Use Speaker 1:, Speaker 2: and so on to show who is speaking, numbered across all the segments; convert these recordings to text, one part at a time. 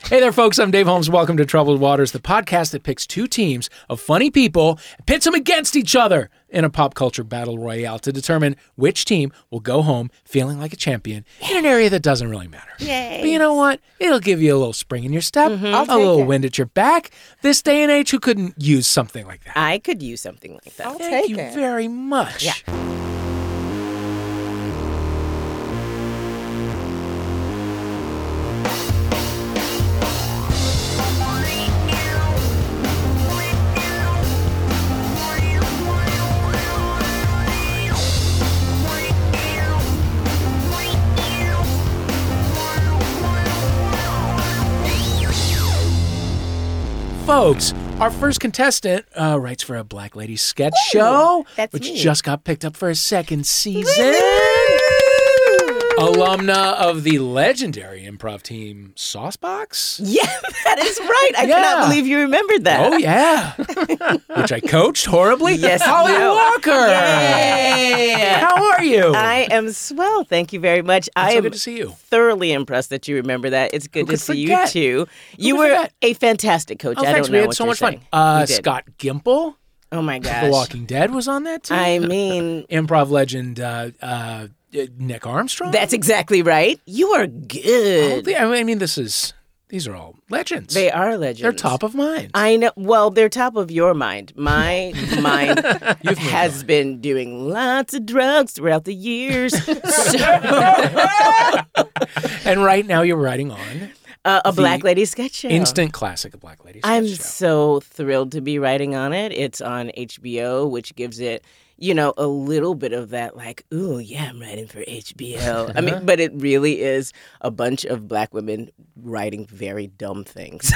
Speaker 1: Hey there, folks. I'm Dave Holmes. Welcome to Troubled Waters, the podcast that picks two teams of funny people, pits them against each other in a pop culture battle royale to determine which team will go home feeling like a champion in an area that doesn't really matter.
Speaker 2: Yay. Mm-hmm.
Speaker 1: But you know what? It'll give you a little spring in your step, a little wind at your back. This day and age, who couldn't use something like that?
Speaker 2: I could use something like that.
Speaker 1: Thank you very much. folks. Our first contestant uh, writes for a Black Lady sketch show,
Speaker 2: that's
Speaker 1: which
Speaker 2: me.
Speaker 1: just got picked up for a second season. Alumna of the legendary improv team Saucebox.
Speaker 2: Yeah, that is right. I
Speaker 1: Yeah.
Speaker 2: cannot believe you remembered that.
Speaker 1: Oh yeah, which I coached horribly.
Speaker 2: Yes,
Speaker 1: Holly
Speaker 2: you.
Speaker 1: Walker.
Speaker 2: Yay.
Speaker 1: How are you?
Speaker 2: I am swell. Thank you very much. I
Speaker 1: so
Speaker 2: am
Speaker 1: good to see you.
Speaker 2: thoroughly impressed that you remember that. It's good
Speaker 1: Who
Speaker 2: to
Speaker 1: could
Speaker 2: see
Speaker 1: forget?
Speaker 2: you too. You
Speaker 1: could
Speaker 2: were
Speaker 1: forget?
Speaker 2: a fantastic coach.
Speaker 1: oh,
Speaker 2: I
Speaker 1: thanks.
Speaker 2: don't know
Speaker 1: we had
Speaker 2: what
Speaker 1: so
Speaker 2: you're
Speaker 1: much
Speaker 2: saying.
Speaker 1: fun. Uh,
Speaker 2: You did.
Speaker 1: Scott Gimple,
Speaker 2: Oh my gosh.
Speaker 1: The Walking Dead, was on that too.
Speaker 2: I mean,
Speaker 1: improv legend uh, uh, Nick Armstrong.
Speaker 2: that's exactly right. You are
Speaker 1: Well,
Speaker 2: good.
Speaker 1: the- I mean, this is these are all legends.
Speaker 2: they are legends.
Speaker 1: They're top of mind.
Speaker 2: I know. Well, they're top of your mind. My mind
Speaker 1: moved
Speaker 2: has been doing lots of drugs throughout the years. So,
Speaker 1: and right now, you're writing on
Speaker 2: uh, a Black Lady sketch show.
Speaker 1: instant classic of Black Ladies.
Speaker 2: I'm so thrilled to be writing on it. It's on HBO, which gives it, you know, a little bit of that, like, ooh, yeah, I'm writing for HBO. I mean, but it really is a bunch of black women writing very dumb things.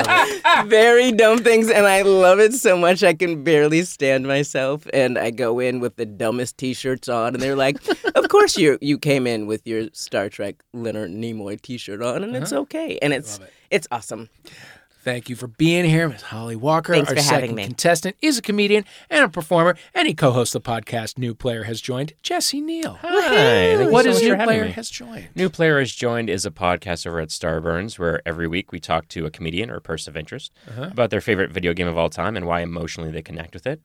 Speaker 2: very dumb things. And I love it so much. I can barely stand myself. And I go in with the dumbest t shirts on. And they're like, of course you you came in with your Star Trek Leonard Nimoy t shirt on. And it's okay. And it's. It's awesome.
Speaker 1: Thank you for being here, Miss Holly Walker.
Speaker 2: Thanks
Speaker 1: Our
Speaker 2: for having
Speaker 1: second
Speaker 2: me.
Speaker 1: contestant is a comedian and a performer, and he co-hosts the podcast. New player has joined Jesse Neal.
Speaker 3: Hi. Thank you
Speaker 1: What
Speaker 3: so
Speaker 1: is
Speaker 3: much for
Speaker 1: new
Speaker 3: having
Speaker 1: player
Speaker 3: me.
Speaker 1: has joined?
Speaker 3: New Player has joined is a podcast over at Starburns where every week we talk to a comedian or a person of interest about their favorite video game of all time and why emotionally they connect with it.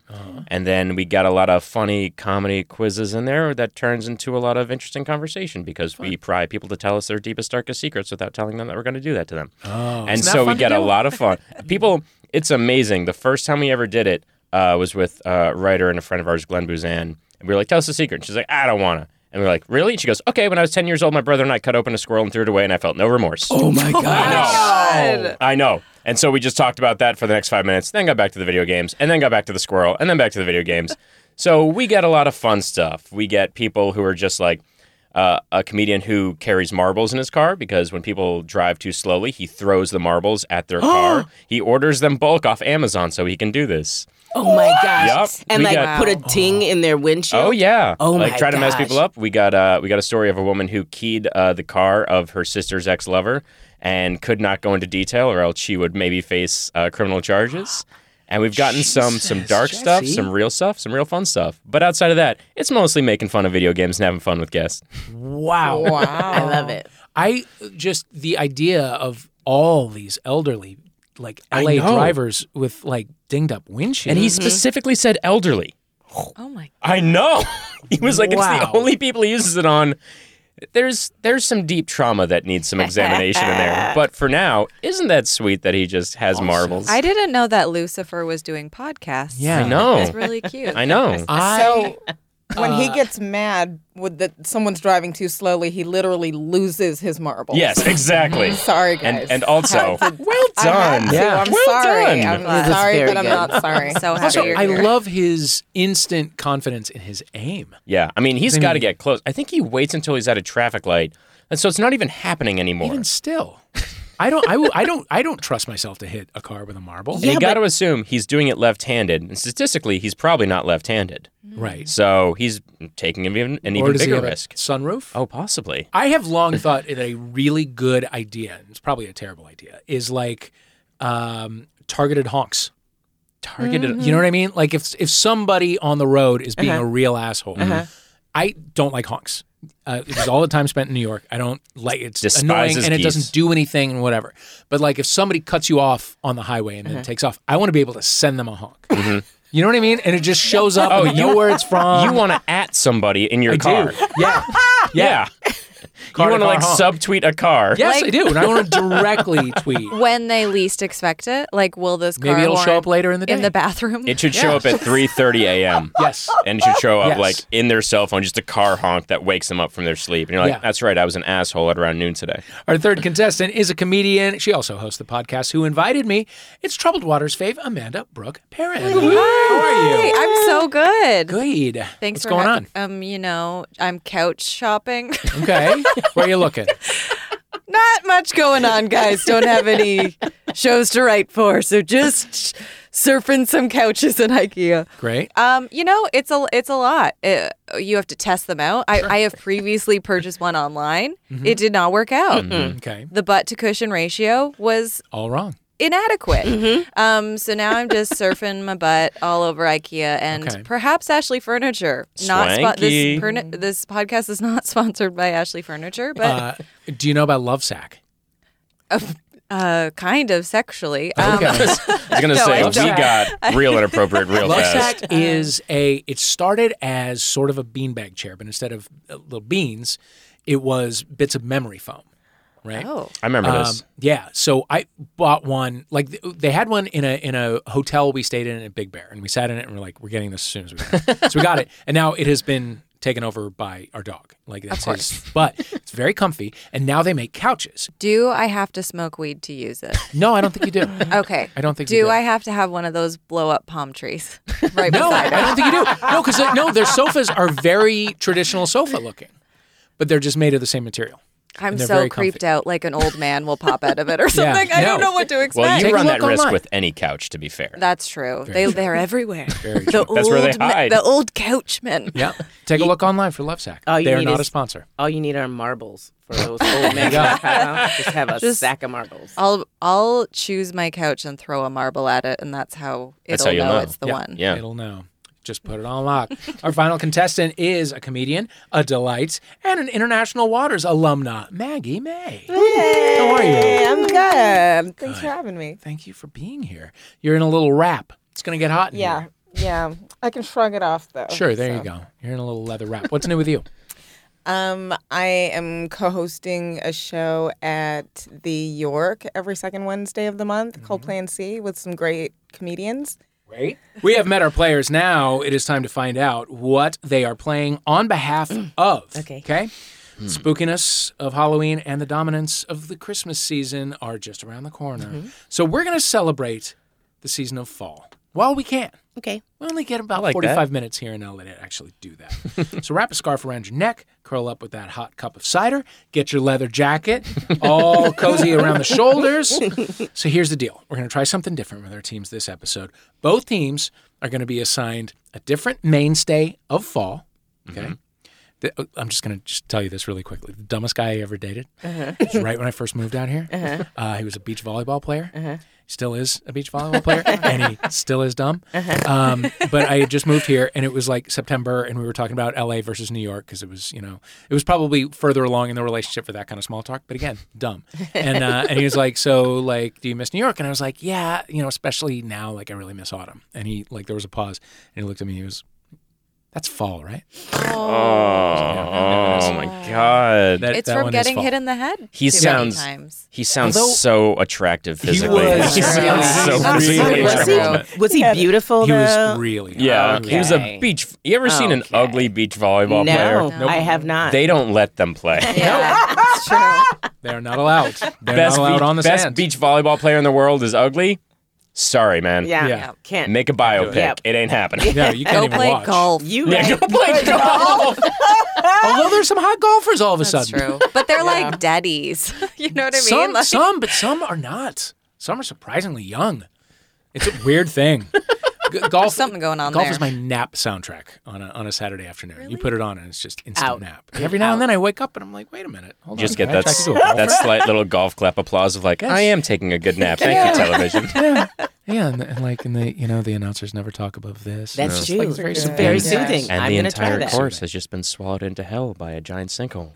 Speaker 3: And then we got a lot of funny comedy quizzes in there that turns into a lot of interesting conversation because we pry people to tell us their deepest, darkest secrets without telling them that we're going to do that to them. Oh, and
Speaker 1: isn't that
Speaker 3: so we
Speaker 1: fun to
Speaker 3: get a
Speaker 1: do?
Speaker 3: lot of fun. People, it's amazing. The first time we ever did it uh, was with a writer and a friend of ours, Glenn Bouzan. And we were like, tell us a secret. And she's like, I don't want to. And we are like, really? And she goes, okay, when I was 10 years old, my brother and I cut open a squirrel and threw it away, and I felt no remorse.
Speaker 1: Oh my
Speaker 3: I know. I know. And so we just talked about that for the next five minutes, then got back to the video games, and then got back to the squirrel, and then back to the video games. so we get a lot of fun stuff. We get people who are just like uh, a comedian who carries marbles in his car because when people drive too slowly, he throws the marbles at their car. He orders them bulk off Amazon so he can do this.
Speaker 2: Oh my gosh!
Speaker 3: Yup,
Speaker 2: And
Speaker 3: we
Speaker 2: like
Speaker 3: got-
Speaker 2: put a ting in their windshield.
Speaker 3: Oh yeah.
Speaker 2: Oh,
Speaker 3: like
Speaker 2: my
Speaker 3: try to mess
Speaker 2: gosh.
Speaker 3: people up. We got uh we got a story of a woman who keyed uh, the car of her sister's ex lover and could not go into detail or else she would maybe face uh, criminal charges. And we've gotten some some
Speaker 1: Jesus,
Speaker 3: dark stuff,
Speaker 1: Jesse.
Speaker 3: some real stuff, some real fun stuff. But outside of that, it's mostly making fun of video games and having fun with guests.
Speaker 1: Wow. Wow.
Speaker 2: I love it.
Speaker 1: I just the idea of all these elderly, like
Speaker 3: I
Speaker 1: LA
Speaker 3: know.
Speaker 1: drivers with like dinged up windshields.
Speaker 3: And he specifically said elderly.
Speaker 4: Oh my!
Speaker 3: Mm-hmm. I know. he was like, it's
Speaker 1: Wow.
Speaker 3: the only people he uses it on. There's there's some deep trauma that needs some examination in there. But for now, isn't that sweet that he just has marbles?
Speaker 4: I didn't know that Lucifer was doing podcasts.
Speaker 1: Yeah.
Speaker 3: I
Speaker 4: that's
Speaker 3: know.
Speaker 4: really cute.
Speaker 3: I know.
Speaker 1: I
Speaker 5: So when he gets mad with that someone's driving too slowly, he literally loses his marbles.
Speaker 3: Yes, exactly.
Speaker 5: Sorry, guys.
Speaker 3: And oh, and also, well
Speaker 5: I had
Speaker 3: done.
Speaker 5: to. I'm
Speaker 3: well
Speaker 5: sorry.
Speaker 3: done.
Speaker 5: I'm
Speaker 4: That's
Speaker 5: sorry,
Speaker 2: very
Speaker 5: but I'm
Speaker 2: good.
Speaker 5: not sorry.
Speaker 4: I'm so happy.
Speaker 1: Also,
Speaker 4: you're
Speaker 1: I
Speaker 4: here.
Speaker 1: love his instant confidence in his aim.
Speaker 3: yeah, I mean, he's got to get close. I think he waits until he's at a traffic light, and so it's not even happening anymore.
Speaker 1: Even still, I don't, I, w- I don't, I don't trust myself to hit a car with a marble.
Speaker 3: and
Speaker 2: Yeah,
Speaker 3: you got
Speaker 2: but-
Speaker 3: to assume he's doing it left-handed, and statistically, he's probably not left-handed.
Speaker 5: Mm-hmm.
Speaker 1: Right.
Speaker 3: So he's taking an even, an even
Speaker 1: does he
Speaker 3: bigger
Speaker 1: have a
Speaker 3: risk.
Speaker 1: sunroof?
Speaker 3: Oh, possibly.
Speaker 1: I have long thought that a really good idea, and it's probably a terrible idea, is like um, targeted honks. Targeted, you know what I mean? Like if if somebody on the road is being a real asshole, I don't like honks. Uh, it was all the time spent in New York. I don't like it's
Speaker 3: Despises
Speaker 1: annoying and it
Speaker 3: geese.
Speaker 1: doesn't do anything and whatever. But like if somebody cuts you off on the highway and then takes off, I want to be able to send them a honk. You know what I mean? And it just shows up. and we know where it's from.
Speaker 3: Mm-hmm. Oh, You want to at somebody in your
Speaker 1: I
Speaker 3: car.
Speaker 1: do. Yeah.
Speaker 3: Yeah.
Speaker 1: Car
Speaker 3: you
Speaker 1: to
Speaker 3: want to
Speaker 1: car
Speaker 3: like
Speaker 1: honk.
Speaker 3: subtweet a car.
Speaker 1: Yes, I do. And I want to directly tweet.
Speaker 4: when they least expect it. Like, will this car
Speaker 1: Maybe it'll show
Speaker 4: warrant
Speaker 1: up later in the day.
Speaker 4: in the bathroom?
Speaker 3: It should show up at 3:30 a.m.
Speaker 1: Yes.
Speaker 3: And it should show up
Speaker 1: Yes.
Speaker 3: like in their cell phone, just a car honk that wakes them up from their sleep. And you're like,
Speaker 1: Yeah.
Speaker 3: that's right, I was an asshole at around noon today.
Speaker 1: Our third contestant is a comedian. She also hosts the podcast. Who invited me? It's Troubled Waters fave Amanda Brooke Perrin. How are
Speaker 4: Hey,
Speaker 1: you?
Speaker 4: I'm so good.
Speaker 1: Good.
Speaker 4: Thanks
Speaker 1: What's
Speaker 4: for
Speaker 1: going
Speaker 4: having- Um, you know, I'm couch shopping.
Speaker 1: on? Okay. Where are you looking?
Speaker 4: Not much going on, guys. Don't have any shows to write for, so just surfing some couches in IKEA.
Speaker 1: Great.
Speaker 4: Um, you know, it's a it's a lot. Uh you have to test them out. I, I have previously purchased one online.
Speaker 1: Mm-hmm.
Speaker 4: It did not work out.
Speaker 1: Okay.
Speaker 4: The butt to cushion ratio was
Speaker 1: All wrong.
Speaker 4: inadequate. Um, so now I'm just surfing my butt all over IKEA and
Speaker 1: Okay.
Speaker 4: perhaps Ashley Furniture. Not spo-
Speaker 3: Swanky.
Speaker 4: this perni- this podcast is not sponsored by Ashley Furniture, but
Speaker 1: Uh, do you know about Love Sack?
Speaker 4: uh, kind of sexually. Um,
Speaker 1: Oh, Okay.
Speaker 3: I was gonna
Speaker 4: No,
Speaker 3: say
Speaker 4: I
Speaker 3: we
Speaker 4: don't.
Speaker 3: got real inappropriate real
Speaker 1: Love
Speaker 3: fast.
Speaker 1: Sack is a. It started as sort of a beanbag chair, but instead of uh, little beans, it was bits of memory foam. Right.
Speaker 4: Oh,
Speaker 3: I remember
Speaker 1: Um,
Speaker 3: this.
Speaker 1: yeah, so I bought one. Like th- they had one in a in a hotel we stayed in at Big Bear, and we sat in it, and we're like, we're getting this as soon as we can. so we got it, and now it has been taken over by our dog. Like that's his, but it's very comfy, and now they make couches.
Speaker 4: do I have to smoke weed to use it?
Speaker 1: No, I don't think you do.
Speaker 4: Okay.
Speaker 1: I don't think
Speaker 4: Do
Speaker 1: you do.
Speaker 4: I have to have one of those blow up palm trees right
Speaker 1: No,
Speaker 4: beside
Speaker 1: I
Speaker 4: it?
Speaker 1: don't think you do. No, because no, their sofas are very traditional sofa looking, but they're just made of the same material.
Speaker 4: I'm
Speaker 1: And they're
Speaker 4: so
Speaker 1: very comfy.
Speaker 4: creeped out, like an old man will pop out of it or something. I don't
Speaker 1: No.
Speaker 4: know what to expect.
Speaker 3: Well, you
Speaker 1: Take a
Speaker 3: run
Speaker 1: look
Speaker 3: that risk
Speaker 1: online.
Speaker 3: with any couch, to be fair.
Speaker 4: That's true. They they're everywhere. The
Speaker 3: That's where they
Speaker 4: old ma-
Speaker 3: hide.
Speaker 4: the old couchman.
Speaker 1: Yeah, take a look online for Love Sack.
Speaker 2: All you
Speaker 1: They are
Speaker 2: need
Speaker 1: not
Speaker 2: is-
Speaker 1: a sponsor.
Speaker 2: All you need are marbles for those old men. just have a
Speaker 4: Just-
Speaker 2: sack of marbles.
Speaker 4: I'll I'll choose my couch and throw a marble at it, and that's how it'll
Speaker 3: That's how you'll
Speaker 4: know,
Speaker 3: know.
Speaker 4: it's the
Speaker 1: Yeah.
Speaker 4: one.
Speaker 3: yeah.
Speaker 1: It'll know. Just put it on lock. Our final contestant is a comedian, a delight, and an International Waters alumna, Maggie May. How are you?
Speaker 5: Hey, I'm good. Thanks for having me.
Speaker 1: Thank you for being here. You're in a little wrap. It's going to get hot in
Speaker 5: Yeah,
Speaker 1: here.
Speaker 5: yeah. I can shrug it off though.
Speaker 1: Sure, there
Speaker 5: so.
Speaker 1: you go. You're in a little leather wrap. What's new with you?
Speaker 5: Um, I am co-hosting a show at the York every second Wednesday of the month called Plan C with some great comedians.
Speaker 1: Right? We have met our players now. It is time to find out what they are playing on behalf of.
Speaker 2: Okay.
Speaker 1: Okay? Spookiness of Halloween and the dominance of the Christmas season are just around the corner. So we're going to celebrate the season of fall while we can.
Speaker 2: Okay.
Speaker 1: We only get about
Speaker 3: like
Speaker 1: 45 minutes here in LA to actually do that. so wrap a scarf around your neck, curl up with that hot cup of cider, get your leather jacket all cozy around the shoulders. So here's the deal we're going to try something different with our teams this episode. Both teams are going to be assigned a different mainstay of fall. Okay. The- uh, I'm just gonna just tell you this really quickly. The dumbest guy I ever dated. It was right when I first moved out here, uh he was a beach volleyball player. Still is a beach volleyball player, and he still is dumb.
Speaker 4: Uh-huh.
Speaker 1: Um, but I had just moved here, and it was like September, and we were talking about L.A. versus New York because it was, you know, it was probably further along in the relationship for that kind of small talk. But again, dumb. And uh, and he was like, so like, do you miss New York? And I was like, yeah, you know, especially now, like I really miss autumn. And he like there was a pause, and he looked at me, and he was, that's fall, right?
Speaker 3: Oh, oh my god.
Speaker 1: That-
Speaker 4: It's
Speaker 1: that
Speaker 4: from
Speaker 1: one is
Speaker 4: getting
Speaker 1: fall.
Speaker 4: hit in the head.
Speaker 3: He
Speaker 4: too
Speaker 3: sounds-
Speaker 4: many times.
Speaker 3: he sounds
Speaker 1: Although-
Speaker 3: so attractive physically.
Speaker 1: was
Speaker 3: he sounds
Speaker 1: really-
Speaker 3: so
Speaker 1: He
Speaker 3: physically
Speaker 1: was
Speaker 3: attractive.
Speaker 1: really-
Speaker 2: Was he beautiful
Speaker 1: He was
Speaker 2: though?
Speaker 1: really
Speaker 3: Yeah,
Speaker 1: hungry.
Speaker 3: he was a
Speaker 2: Okay.
Speaker 3: beach. You ever seen an
Speaker 2: Okay.
Speaker 3: ugly beach volleyball
Speaker 2: no,
Speaker 3: player?
Speaker 2: I have not.
Speaker 3: They don't let them play.
Speaker 4: Yeah, it's true.
Speaker 1: They are not allowed. They're
Speaker 3: best
Speaker 1: not allowed
Speaker 3: beach,
Speaker 1: on the
Speaker 3: best
Speaker 1: sand.
Speaker 3: beach volleyball player in the world is ugly. Sorry, man.
Speaker 2: yeah,
Speaker 1: Yeah.
Speaker 2: can't.
Speaker 3: Make a biopic.
Speaker 2: Yeah.
Speaker 3: It ain't happening.
Speaker 1: No, you can't
Speaker 4: Go
Speaker 1: even
Speaker 4: play
Speaker 1: watch.
Speaker 4: golf.
Speaker 2: you
Speaker 3: Yeah,
Speaker 2: right.
Speaker 3: go play golf.
Speaker 1: Although there's some hot golfers all of a
Speaker 4: That's
Speaker 1: sudden.
Speaker 4: true. But they're like daddies. you know what I mean?
Speaker 1: Some,
Speaker 4: like,
Speaker 1: some, but some are not. Some are surprisingly young. It's a weird thing. G- golf,
Speaker 4: something going on
Speaker 1: Golf
Speaker 4: there.
Speaker 1: is my nap soundtrack on a, on a Saturday afternoon. You put it on and it's just instant
Speaker 2: Out.
Speaker 1: nap. And every now and then I wake up and I'm like, wait a minute, hold
Speaker 3: Just get
Speaker 1: on. did I
Speaker 3: that
Speaker 1: attract you to a golfer?
Speaker 3: that slight little golf clap applause of like, I am taking a good nap. Thank you, television.
Speaker 1: yeah, and, and like, and the you know the announcers never talk above this.
Speaker 2: That's
Speaker 1: It's
Speaker 2: true.
Speaker 1: like very
Speaker 5: It's
Speaker 1: soothing.
Speaker 2: Very
Speaker 5: Yeah.
Speaker 2: soothing.
Speaker 3: And
Speaker 2: I'm
Speaker 3: the
Speaker 2: going to try
Speaker 3: entire
Speaker 2: that.
Speaker 3: course has just been swallowed into hell by a giant sinkhole.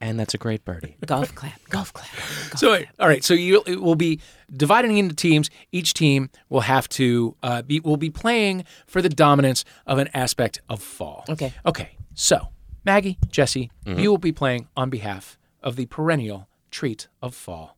Speaker 3: and that's a great birdie.
Speaker 2: Golf clap. Golf clap. Golf
Speaker 1: So all right, so you it will be dividing into teams. Each team will have to uh, be will be playing for the dominance of an aspect of fall.
Speaker 2: Okay.
Speaker 1: Okay. So Maggie, Jesse,
Speaker 3: Mm-hmm.
Speaker 1: you will be playing on behalf of the perennial treat of fall,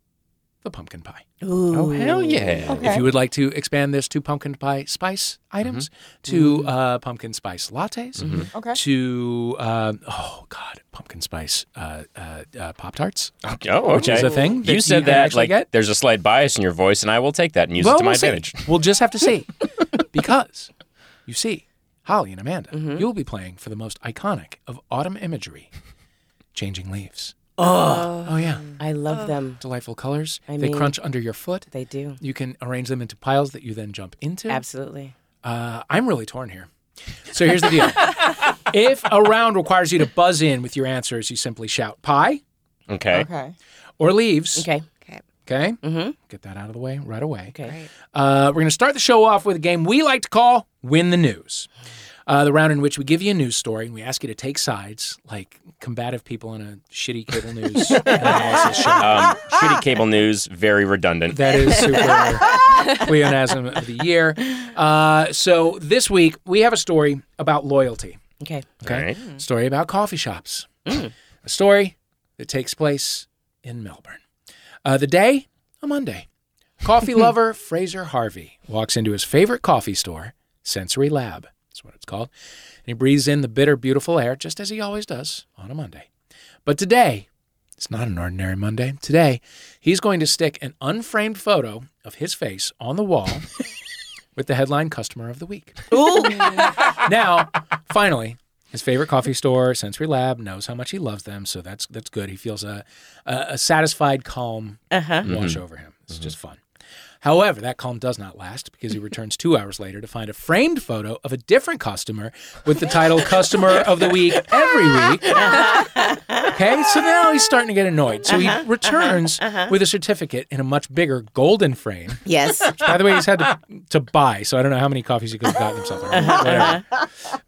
Speaker 1: the pumpkin pie.
Speaker 3: Oh, hell yeah.
Speaker 1: If you would like to expand this to pumpkin pie spice items,
Speaker 3: Mm-hmm.
Speaker 1: to uh, pumpkin spice lattes,
Speaker 5: Okay.
Speaker 1: to um, oh god, pumpkin spice uh, uh, uh, pop tarts.
Speaker 3: Oh, okay.
Speaker 1: is a thing that
Speaker 3: You
Speaker 1: you
Speaker 3: said
Speaker 1: can
Speaker 3: that
Speaker 1: actually
Speaker 3: like
Speaker 1: get?
Speaker 3: there's a slight bias in your voice, and I will take that and use it to my
Speaker 1: we'll see.
Speaker 3: advantage.
Speaker 1: We'll just have to see. because you see, Holly and Amanda,
Speaker 2: Mm-hmm.
Speaker 1: you'll be playing for the most iconic of autumn imagery changing leaves. Oh, oh yeah.
Speaker 2: I love them.
Speaker 1: Delightful colors.
Speaker 2: I
Speaker 1: they
Speaker 2: mean-
Speaker 1: crunch under your foot.
Speaker 2: They do.
Speaker 1: You can arrange them into piles that you then jump into.
Speaker 5: Mm-hmm.
Speaker 2: Absolutely.
Speaker 1: Uh, I'm really torn here. So here's the deal. if a round requires you to buzz in with your answers, you simply shout pie
Speaker 3: Okay.
Speaker 5: Okay.
Speaker 1: or leaves.
Speaker 2: Okay.
Speaker 1: Okay.
Speaker 2: Mm-hmm.
Speaker 1: Get that out of the way right away.
Speaker 2: Okay.
Speaker 1: Uh, we're going to start the show off with a game we like to call Win the News. Uh, the round in which we give you a news story and we ask you to take sides, like combative people on a shitty cable news analysis show.
Speaker 3: Um, shitty cable news, very redundant.
Speaker 1: That is super pleonasm of the year. Uh, so this week we have a story about loyalty.
Speaker 2: Okay.
Speaker 1: Okay,
Speaker 3: All right. Hmm.
Speaker 1: story about coffee shops. A story that takes place in Melbourne. Uh, the day, a Monday. Coffee lover Fraser Harvey walks into his favorite coffee store, Sensory Lab. That's what it's called. And he breathes in the bitter, beautiful air, just as he always does on a Monday. But today, it's not an ordinary Monday. Today, he's going to stick an unframed photo of his face on the wall with the headline Customer of the Week. now, finally, his favorite coffee store, Sensory Lab, knows how much he loves them, so that's that's good. He feels a a, a satisfied calm wash over him. It's just fun. However, that calm does not last because he returns two hours later to find a framed photo of a different customer with the title "Customer of the Week" every week. Okay, so now he's starting to get annoyed. So he returns with a certificate in a much bigger golden frame.
Speaker 2: Yes.
Speaker 1: By the way, he's had to, to buy, so I don't know how many coffees he could have gotten himself. Whatever.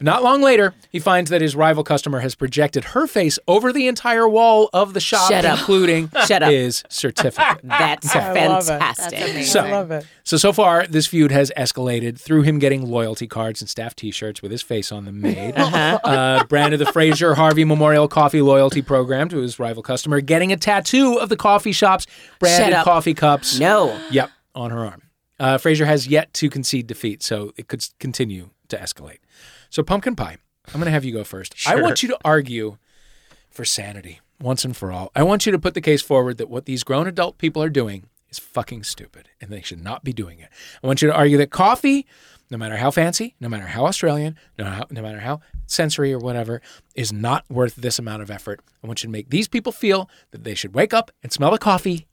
Speaker 1: Not long later, he finds that his rival customer has projected her face over the entire wall of the shop,
Speaker 2: Shut up.
Speaker 1: including
Speaker 2: Shut up.
Speaker 1: his certificate.
Speaker 2: That's
Speaker 5: I love it.
Speaker 2: fantastic.
Speaker 1: So-
Speaker 5: I love it.
Speaker 1: So so far, this feud has escalated through him getting loyalty cards and staff T-shirts with his face on them made,
Speaker 2: Uh-huh.
Speaker 1: uh branded the Fraser Harvey Memorial Coffee Loyalty Program to his rival customer, getting a tattoo of the coffee shop's branded
Speaker 2: up.
Speaker 1: coffee cups.
Speaker 2: no.
Speaker 1: Yep, on her arm. Uh, Fraser has yet to concede defeat, so it could s- continue to escalate. So, pumpkin pie. I'm going to have you go first. I want you to argue for sanity once and for all. I want you to put the case forward that what these grown adult people are doing is fucking stupid, and they should not be doing it. I want you to argue that coffee, no matter how fancy, no matter how Australian, no, how, no matter how sensory or whatever, is not worth this amount of effort. I want you to make these people feel that they should wake up and smell the coffee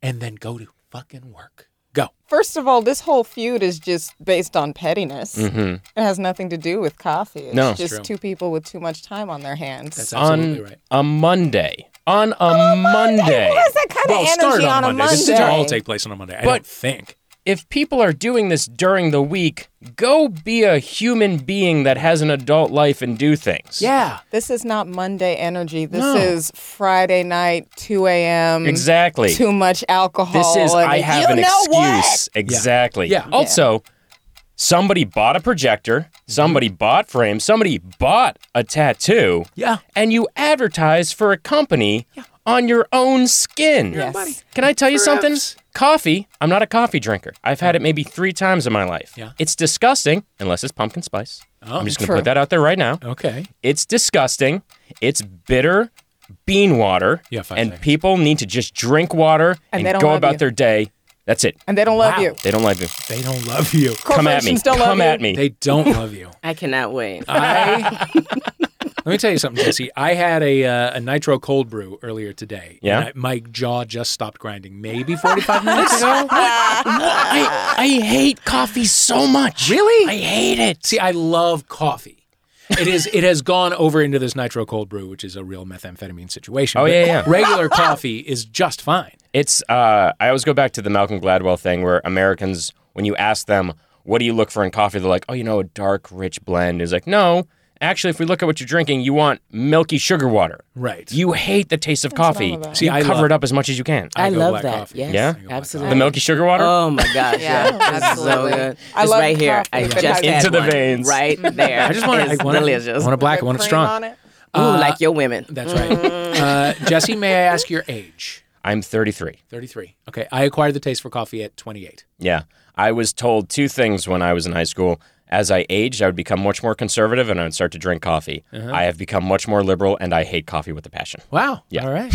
Speaker 1: and then go to fucking work. Go.
Speaker 5: First of all, this whole feud is just based on pettiness. It has nothing to do with coffee. It's
Speaker 3: No.
Speaker 5: just two people with too much time on their hands.
Speaker 1: That's
Speaker 3: On
Speaker 1: absolutely right.
Speaker 3: a Monday. On a
Speaker 2: Oh
Speaker 3: Monday.
Speaker 5: What is that kind
Speaker 1: Well,
Speaker 5: of
Speaker 1: start
Speaker 5: energy on,
Speaker 1: on,
Speaker 5: a
Speaker 1: Monday.
Speaker 5: Monday?
Speaker 1: This is all take place on a Monday. I don't
Speaker 3: But-
Speaker 1: think.
Speaker 3: if people are doing this during the week, go be a human being that has an adult life and do things.
Speaker 1: Yeah.
Speaker 5: This is not Monday energy. This
Speaker 1: No.
Speaker 5: is Friday night, 2 a.m.
Speaker 3: Exactly.
Speaker 5: Too much alcohol.
Speaker 3: This is
Speaker 5: and
Speaker 3: I have
Speaker 5: you
Speaker 3: an
Speaker 5: know What?
Speaker 3: excuse. Exactly.
Speaker 1: Yeah. Yeah.
Speaker 3: Also, somebody bought a projector,
Speaker 5: Mm-hmm.
Speaker 3: somebody bought frames, somebody bought a tattoo.
Speaker 1: Yeah.
Speaker 3: And you advertise for a company on your own skin.
Speaker 5: Yes. buddy.
Speaker 3: Can I tell you something?
Speaker 1: Perhaps.
Speaker 3: Coffee, I'm not a coffee drinker. I've had it maybe three times in my life.
Speaker 1: Yeah.
Speaker 3: It's disgusting unless it's pumpkin spice. I'm just
Speaker 5: Oh,
Speaker 3: gonna
Speaker 5: True.
Speaker 3: put that out there right now.
Speaker 1: Okay.
Speaker 3: It's disgusting. It's bitter bean water.
Speaker 1: Yeah, five
Speaker 3: and
Speaker 1: seconds.
Speaker 3: people need to just drink water
Speaker 5: And
Speaker 3: and,
Speaker 5: they don't
Speaker 3: go
Speaker 5: love
Speaker 3: about
Speaker 5: you.
Speaker 3: their day. That's it.
Speaker 5: And they don't love
Speaker 1: Wow.
Speaker 5: you.
Speaker 3: They don't love you.
Speaker 1: They don't love you.
Speaker 3: Come at me.
Speaker 5: Corporations don't love
Speaker 3: Come
Speaker 5: you.
Speaker 3: at me.
Speaker 1: They don't love you.
Speaker 2: I cannot wait.
Speaker 1: I let me tell you something, Jesse. I had a uh, a nitro cold brew earlier today.
Speaker 3: Yeah?
Speaker 1: and I- my jaw just stopped grinding. Maybe forty five minutes ago.
Speaker 3: I, I hate coffee so much.
Speaker 1: Really?
Speaker 3: I hate it.
Speaker 1: See, I love coffee. It is. It has gone over into this nitro cold brew, which is a real methamphetamine situation.
Speaker 3: Oh,
Speaker 1: But
Speaker 3: yeah, yeah.
Speaker 1: Regular coffee is just fine.
Speaker 3: It's uh I always go back to the Malcolm Gladwell thing where Americans when you ask them, what do you look for in coffee? They're like, oh, you know, a dark, rich blend. Is like, no, actually, if we look at what you're drinking, you want milky sugar water.
Speaker 1: Right.
Speaker 3: You hate the taste of coffee.
Speaker 1: See,
Speaker 3: you
Speaker 1: I
Speaker 3: cover
Speaker 1: love-
Speaker 3: it up as much as you can.
Speaker 2: I
Speaker 1: go
Speaker 2: love
Speaker 1: black
Speaker 2: that.
Speaker 1: coffee.
Speaker 2: Yes,
Speaker 3: Yeah?
Speaker 2: absolutely.
Speaker 3: the milky sugar water?
Speaker 2: Oh my gosh!
Speaker 4: Yeah,
Speaker 2: Yeah, This is so
Speaker 4: absolutely.
Speaker 2: good.
Speaker 5: I
Speaker 2: It's
Speaker 5: love
Speaker 2: right here. I
Speaker 5: coffee that has
Speaker 2: just had
Speaker 3: Into the
Speaker 2: one
Speaker 3: veins.
Speaker 2: right there.
Speaker 1: I just want
Speaker 2: It's
Speaker 1: I want it. I
Speaker 2: delicious.
Speaker 1: want it black. I
Speaker 5: Whipped
Speaker 1: want it
Speaker 5: cream
Speaker 1: strong.
Speaker 5: on it.
Speaker 2: Ooh, like your women.
Speaker 1: That's right. Uh, Jesse, may I ask your age?
Speaker 3: I'm 33.
Speaker 1: 33. Okay. I acquired the taste for coffee at 28.
Speaker 3: Yeah. I was told two things when I was in high school. As I aged, I would become much more conservative and I would start to drink coffee.
Speaker 1: Uh-huh.
Speaker 3: I have become much more liberal and I hate coffee with a passion.
Speaker 1: Wow.
Speaker 3: Yeah.
Speaker 1: All right.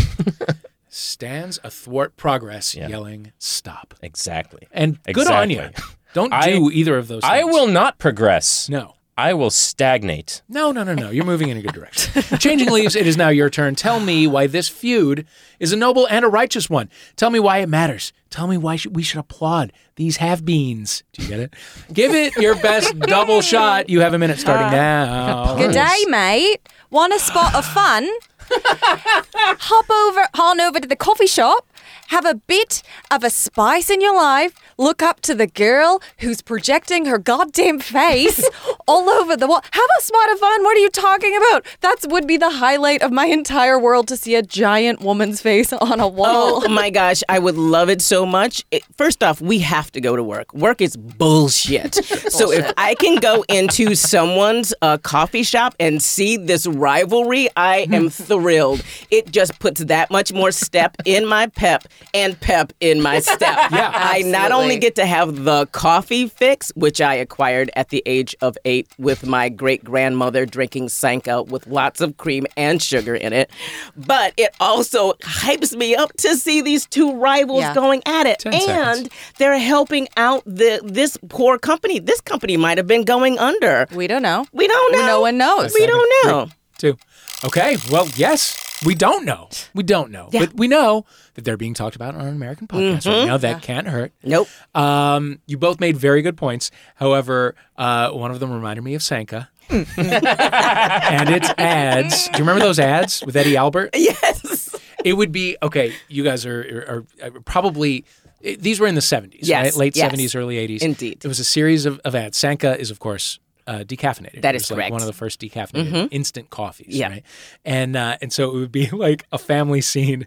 Speaker 1: Stands athwart progress, yelling stop.
Speaker 3: Exactly.
Speaker 1: And good on you.
Speaker 3: Exactly.
Speaker 1: Don't
Speaker 3: I-
Speaker 1: do either of those things.
Speaker 3: I will not progress.
Speaker 1: No.
Speaker 3: I will stagnate.
Speaker 1: No, no, no, no. You're moving in a good direction. Changing leaves, it is now your turn. Tell me why this feud is a noble and a righteous one. Tell me why it matters. Tell me why sh- we should applaud these have beens. Do you get it? Give it your best double shot. You have a minute starting now.
Speaker 4: Uh, Good day, mate. Want a spot of fun? Hop over, on over to the coffee shop. Have a bit of a spice in your life. Look up to the girl who's projecting her goddamn face all over the wall. Have a spot of fun. What are you talking about? That would be the highlight of my entire world to see a giant woman's face on a wall.
Speaker 2: Oh my gosh, I would love it so much. It- first off, we have to go to work. Work is bullshit. so if I can go into someone's uh, coffee shop and see this rivalry, I am thrilled. It just puts that much more step in my pep and pep in my step.
Speaker 1: Yeah.
Speaker 2: I not only get to have the coffee fix, which I acquired at the age of eight with my great grandmother drinking Sanka with lots of cream and sugar in it, but it also hypes me up to see these two rivals
Speaker 4: Yeah.
Speaker 2: going at it. And
Speaker 1: seconds.
Speaker 2: they're helping out the this poor company. This company might have been going under.
Speaker 4: We don't know.
Speaker 2: We don't know.
Speaker 4: No one knows.
Speaker 2: We don't know.
Speaker 1: Two. Okay. Well, yes, we don't know. We don't know. But we know that they're being talked about on an American podcast
Speaker 4: Mm-hmm.
Speaker 1: right now. That can't hurt.
Speaker 2: Nope.
Speaker 1: Um, you both made very good points. However, uh, one of them reminded me of Sanka.
Speaker 2: Hmm.
Speaker 1: and its ads. Do you remember those ads with Eddie Albert?
Speaker 2: Yes.
Speaker 1: It would be okay. You guys are are, are probably eh, these were in the seventies,
Speaker 2: Yes,
Speaker 1: right? Late
Speaker 2: yes.
Speaker 1: seventies, early eighties.
Speaker 2: Indeed.
Speaker 1: it was a series of, of ads. Sanka is, of course, uh, decaffeinated.
Speaker 2: That
Speaker 1: It
Speaker 2: is
Speaker 1: was, like,
Speaker 2: correct. Mm-hmm.
Speaker 1: one of the first decaffeinated instant coffees,
Speaker 2: Yeah.
Speaker 1: right? And uh, and so it would be like a family scene.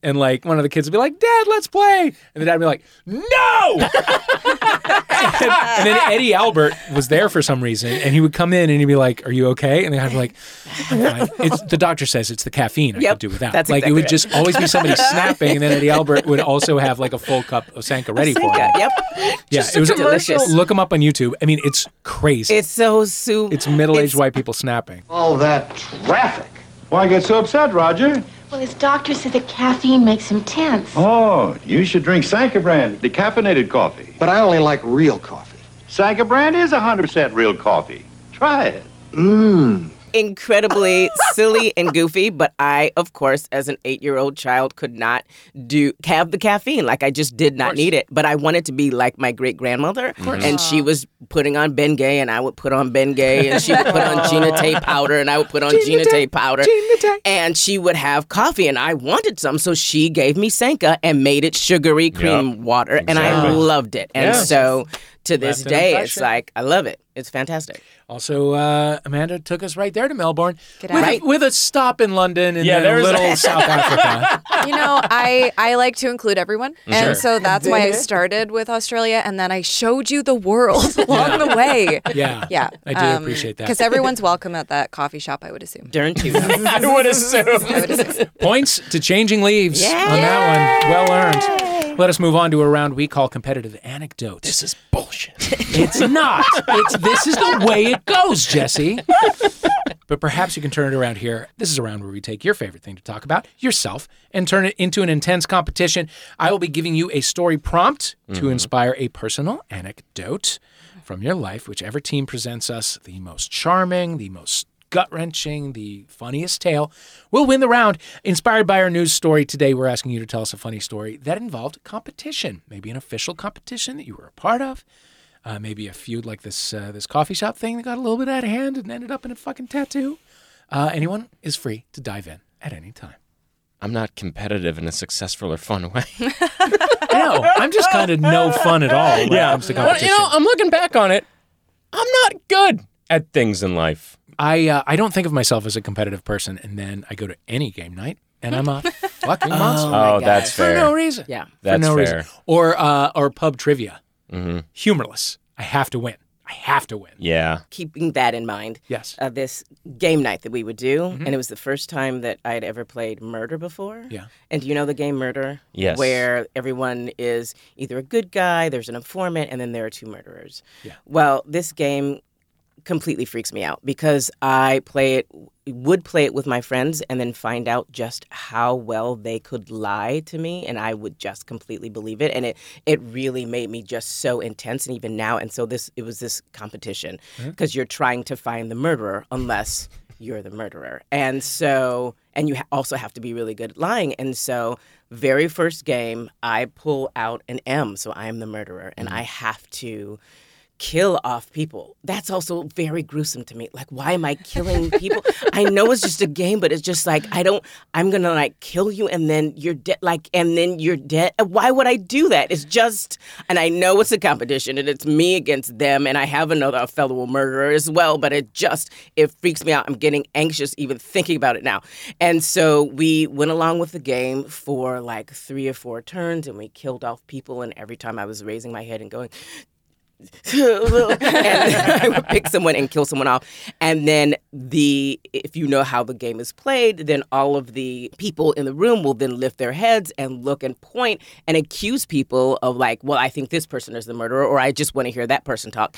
Speaker 1: And like one of the kids would be like, "Dad, let's play," and the dad would be like, "No!" and, and then Eddie Albert was there for some reason, and he would come in and he'd be like, "Are you okay?" And I'd be like, "I'm fine. It's, "The doctor says it's the caffeine. I
Speaker 2: Yep,
Speaker 1: could do without."
Speaker 2: that's
Speaker 1: like it would
Speaker 2: exactly
Speaker 1: just always be somebody snapping, and then Eddie Albert would also have like a full cup of Sanka ready for
Speaker 2: Sanka.
Speaker 1: him.
Speaker 2: Yep.
Speaker 1: Yeah,
Speaker 2: Just
Speaker 1: it was
Speaker 2: a commercial.
Speaker 1: Look him up on YouTube. I mean, it's crazy.
Speaker 2: It's so soup.
Speaker 1: it's middle-aged white people snapping.
Speaker 6: All that traffic. Why get so upset, Roger?
Speaker 7: Well, his doctor said the caffeine makes him tense.
Speaker 6: Oh, you should drink Sanka brand, decaffeinated coffee.
Speaker 8: But I only like real coffee.
Speaker 6: Sanka brand is 100% real coffee. Try it.
Speaker 2: incredibly silly and goofy, but I, of course, as an eight year old child, could not do have the caffeine. Like I just did not need it. But I wanted to be like my great grandmother. And she was putting on Ben Gay and I would put on Ben Gay and she would put on Gina Tay powder and I would put on Gina, Tay, powder. And she would have coffee and I wanted some, so she gave me Sanka and made it sugary cream water. And I
Speaker 3: Exactly.
Speaker 2: loved it. And
Speaker 3: Yeah.
Speaker 2: so to this
Speaker 1: Left an
Speaker 2: day, it's
Speaker 1: impression.
Speaker 2: like I love it. It's fantastic.
Speaker 1: Also, uh, Amanda took us right there to Melbourne with,
Speaker 2: Right.
Speaker 1: a, with a stop in London and
Speaker 3: Yeah,
Speaker 1: then a
Speaker 3: there's a-
Speaker 1: little South Africa.
Speaker 4: you know, I, I like to include everyone.
Speaker 1: Mm-hmm. Sure.
Speaker 4: And so that's why I started with Australia and then I showed you the world along the way.
Speaker 1: Yeah,
Speaker 4: Yeah.
Speaker 1: I do appreciate that.
Speaker 4: Because everyone's welcome at that coffee shop, I would assume.
Speaker 2: Darn too.
Speaker 3: I would assume.
Speaker 1: Points to changing leaves on that one. Well earned. Let us move on to a round we call competitive anecdote. This is bullshit. It's not. It's this is the way it goes, Jesse. But perhaps you can turn it around here. This is a round where we take your favorite thing to talk about, yourself, and turn it into an intense competition. I will be giving you a story prompt to inspire a personal anecdote from your life, whichever team presents us the most charming, the most gut wrenching, the funniest tale will win the round. Inspired by our news story today, we're asking you to tell us a funny story that involved competition, maybe an official competition that you were a part of uh, maybe a feud like this uh, this coffee shop thing that got a little bit out of hand and ended up in a fucking tattoo. Uh, anyone is free to dive in at any time.
Speaker 3: I'm not competitive in a successful or fun way.
Speaker 1: I know. I'm I'm just kind of no fun at all when it comes to
Speaker 3: But, you
Speaker 1: competition.
Speaker 3: know, I'm looking back on it. I'm not good at things in life.
Speaker 1: I uh, I don't think of myself as a competitive person, and then I go to any game night and I'm a fucking monster
Speaker 3: Oh,
Speaker 2: God.
Speaker 3: that's
Speaker 1: for
Speaker 3: fair.
Speaker 1: no reason.
Speaker 2: Yeah.
Speaker 1: for
Speaker 3: That's
Speaker 1: no
Speaker 3: fair.
Speaker 1: reason.
Speaker 3: Mm-hmm.
Speaker 1: Or uh, or pub trivia, humorless. I have to win. I have to win.
Speaker 3: Yeah.
Speaker 2: Keeping that in mind,
Speaker 1: Yes.
Speaker 2: uh, this game night that we would do, and it was the first time that I had ever played murder before.
Speaker 1: Mm-hmm. Yeah.
Speaker 2: And do you know the game murder?
Speaker 3: Yes.
Speaker 2: Where everyone is either a good guy, there's an informant, and then there are two murderers.
Speaker 1: Yeah.
Speaker 2: Well, this game completely freaks me out because I play it would play it with my friends and then find out just how well they could lie to me and I would just completely believe it and it it really made me just so intense and even now and so this it was this competition because you're trying to find the murderer unless you're the murderer and so and you ha- also have to be really good at lying and so very first game I pull out an M so I am the murderer and I have to kill off people. That's also very gruesome to me. Like, why am I killing people? I know it's just a game, but it's just like I don't. I'm gonna like kill you, and then you're dead. Like, and then you're dead. Why would I do that? It's just, and I know it's a competition, and it's me against them, and I have another fellow murderer as well. But it just it freaks me out. I'm getting anxious even thinking about it now. And so we went along with the game for like three or four turns, and we killed off people. And every time I was raising my head and going and I would pick someone and kill someone off. And then the if you know how the game is played, then all of the people in the room will then lift their heads and look and point and accuse people of like, well, I think this person is the murderer, or I just want to hear that person talk.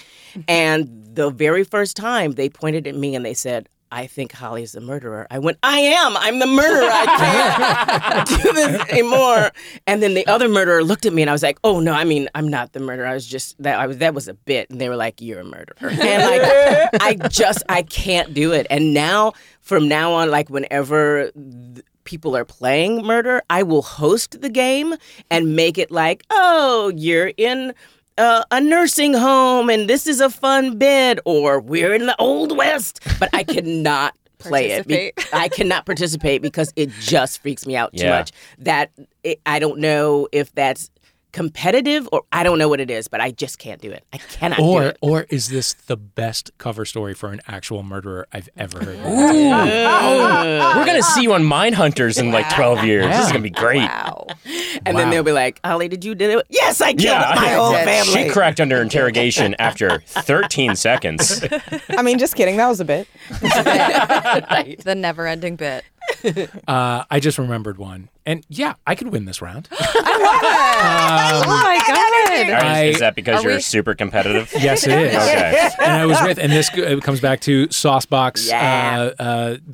Speaker 2: and the very first time they pointed at me and they said, I think Holly's the murderer. I went, I am. I'm the murderer. I can't do this anymore. And then the other murderer looked at me and I was like, oh no, I mean, I'm not the murderer. I was just that I was that was a bit. And they were like, You're a murderer. And like I just I can't do it. And now from now on, like whenever th- people are playing murder, I will host the game and make it like, oh, you're in uh, a nursing home and this is a fun bed or we're in the old west but i cannot play it be- i cannot participate because it just freaks me out too
Speaker 3: Yeah.
Speaker 2: much that it, i don't know if that's competitive or i don't know what it is but i just can't do it i cannot do
Speaker 1: Or
Speaker 2: it
Speaker 1: or is this the best cover story for an actual murderer I've ever heard?
Speaker 3: We're going to see you on Mindhunters in like 12 years. This is going to be great.
Speaker 4: Wow.
Speaker 2: and then they'll be like holly did you do it yes i killed my whole family
Speaker 3: She cracked under interrogation after 13 seconds.
Speaker 5: I mean, just kidding. That was a bit.
Speaker 4: The never ending bit.
Speaker 1: Uh, I just remembered one, and yeah, I could win this round. Um,
Speaker 4: oh my God.
Speaker 3: Are you- is that because
Speaker 4: Are
Speaker 3: you're
Speaker 4: we-
Speaker 3: super competitive?
Speaker 1: Yes, it is.
Speaker 3: Okay.
Speaker 1: And I was with, and this uh, comes back to Saucebox
Speaker 2: Yeah.
Speaker 1: uh, uh,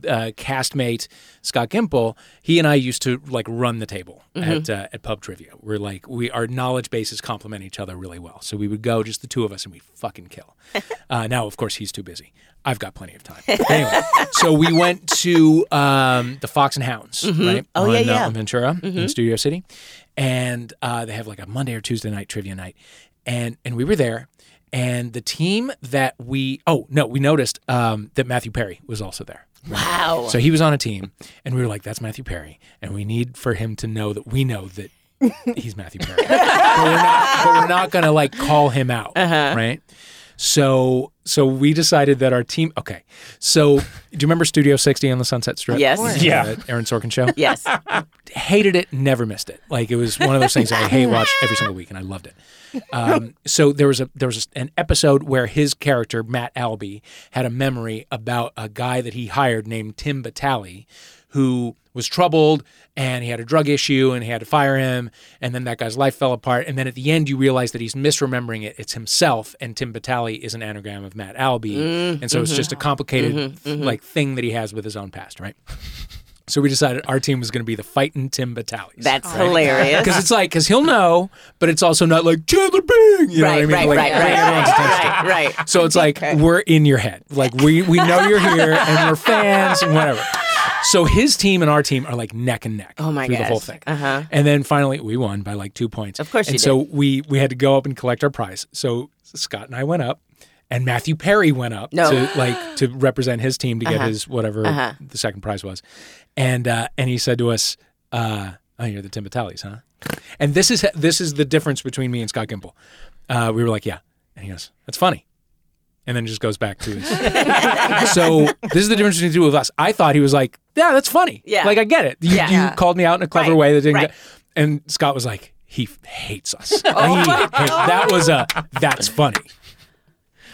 Speaker 1: uh, castmate Scott Gimple. He and I used to like run the table
Speaker 2: Mm-hmm.
Speaker 1: at uh, at pub trivia. We're like, we our knowledge bases complement each other really well. So we would go just the two of us, and we fucking kill. uh, now, of course, he's too busy. I've got plenty of time. Anyway, so we went to um, the Fox and Hounds, right?
Speaker 2: Oh,
Speaker 1: on,
Speaker 2: yeah,
Speaker 1: uh,
Speaker 2: yeah.
Speaker 1: on Ventura
Speaker 2: Mm-hmm.
Speaker 1: in Studio City, and uh, they have like a Monday or Tuesday night trivia night, and and we were there, and the team that we oh no we noticed um, that Matthew Perry was also there.
Speaker 2: wow
Speaker 1: So he was on a team, and we were like, "That's Matthew Perry," and we need for him to know that we know that he's Matthew Perry, but, we're not, but we're not gonna like call him out,
Speaker 2: Uh-huh.
Speaker 1: right? So, so we decided that our team. Okay, so do you remember Studio 60 on the Sunset Strip?
Speaker 2: Yes.
Speaker 1: Uh,
Speaker 3: Yeah.
Speaker 1: Aaron Sorkin show
Speaker 2: yes
Speaker 1: hated it, never missed it. Like it was one of those things that I hate watched every single week, and I loved it. Um, so there was a there was an episode where his character Matt Albee had a memory about a guy that he hired named Tim Vitale, who was troubled and he had a drug issue and he had to fire him and then that guy's life fell apart and then at the end you realize that he's misremembering it it's himself and Tim Vitale is an anagram of Matt Albee and so it's just a complicated like thing that he has with his own past right so we decided our team was going to be the fighting Tim Battalies.
Speaker 2: that's hilarious
Speaker 1: because it's like because he'll know, but it's also not like Chandler Bing. You know what I
Speaker 2: right
Speaker 1: mean?
Speaker 2: right
Speaker 1: Like,
Speaker 2: right
Speaker 1: bring everyone's attention.
Speaker 2: right right right
Speaker 1: So it's like we're in your head. Like we we know you're here and we're fans and whatever. So his team and our team are like neck and neck.
Speaker 2: Oh my
Speaker 1: through the whole
Speaker 2: gosh.
Speaker 1: thing.
Speaker 2: Uh-huh.
Speaker 1: And then finally we won by like two points.
Speaker 2: Of course
Speaker 1: And
Speaker 2: you
Speaker 1: so we we had to go up and collect our prize. So Scott and I went up. And Matthew Perry went up
Speaker 2: No. Uh-huh.
Speaker 1: to like to represent his team to get his whatever the second prize was, and uh, and he said to us, uh, "Oh, you're the Tim Batales, huh?" And this is this is the difference between me and Scott Gimple. Uh, we were like, yeah, and he goes, that's funny, and then it just goes back to his. so this is the difference between the two of us. I thought he was like, yeah, that's funny.
Speaker 2: Yeah.
Speaker 1: like I get it. You,
Speaker 2: Yeah.
Speaker 1: you called me out in a clever
Speaker 2: Right,
Speaker 1: way that didn't.
Speaker 2: right.
Speaker 1: Get, and Scott was like, he f- hates us. He hate- that was a that's funny.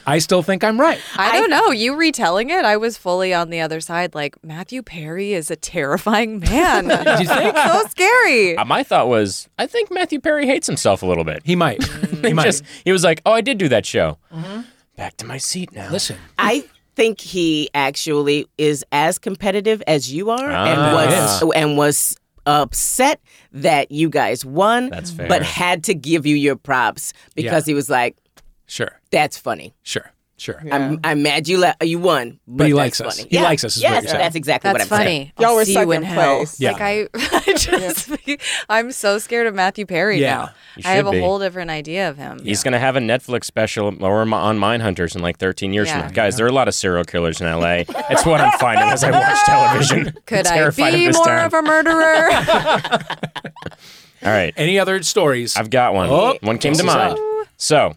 Speaker 1: I still think I'm right.
Speaker 4: I don't know. You retelling it, I was fully on the other side. Like Matthew Perry is a terrifying man.
Speaker 1: you think?
Speaker 4: so scary.
Speaker 3: Uh, my thought was, I think Matthew Perry hates himself a little bit.
Speaker 1: He might.
Speaker 3: He
Speaker 1: He might.
Speaker 3: just he was like, "Oh, I did do that show.
Speaker 4: Mm-hmm.
Speaker 3: Back to my seat now."
Speaker 1: Listen,
Speaker 2: I think he actually is as competitive as you are,
Speaker 1: Ah.
Speaker 2: and was and was upset that you guys won.
Speaker 3: That's fair.
Speaker 2: But had to give you your props because
Speaker 1: Yeah.
Speaker 2: he was like,
Speaker 1: sure,
Speaker 2: "That's funny.
Speaker 1: sure, sure.
Speaker 2: I'm, I'm mad you la- you won, but,
Speaker 1: he
Speaker 2: that's
Speaker 1: likes us.
Speaker 2: funny.
Speaker 1: He
Speaker 2: Yeah.
Speaker 1: likes us is what
Speaker 2: Yes,
Speaker 1: you're saying.
Speaker 2: that's exactly
Speaker 4: That's
Speaker 2: what I'm saying.
Speaker 4: funny.
Speaker 5: Y'all
Speaker 4: I'll
Speaker 5: were
Speaker 4: see you in
Speaker 5: second
Speaker 4: hell.
Speaker 5: place.
Speaker 1: Yeah.
Speaker 4: Like I, I just, I'm so scared of Matthew Perry
Speaker 1: Yeah.
Speaker 4: now.
Speaker 3: You
Speaker 4: I have
Speaker 3: should
Speaker 4: a
Speaker 3: be.
Speaker 4: whole different idea of him.
Speaker 3: He's gonna have a Netflix special or m- on Mindhunters in like 13 years
Speaker 4: Yeah.
Speaker 3: from now. Guys, there are a lot of serial killers in LA. It's what I'm finding as I watch television.
Speaker 4: Could
Speaker 3: I'm
Speaker 4: I
Speaker 3: terrified
Speaker 4: be
Speaker 3: of this
Speaker 4: more
Speaker 3: town.
Speaker 4: of a murderer?
Speaker 3: All right,
Speaker 1: Any other stories?
Speaker 3: I've got one.
Speaker 1: Oh,
Speaker 3: one came to
Speaker 1: this is
Speaker 3: mind. So,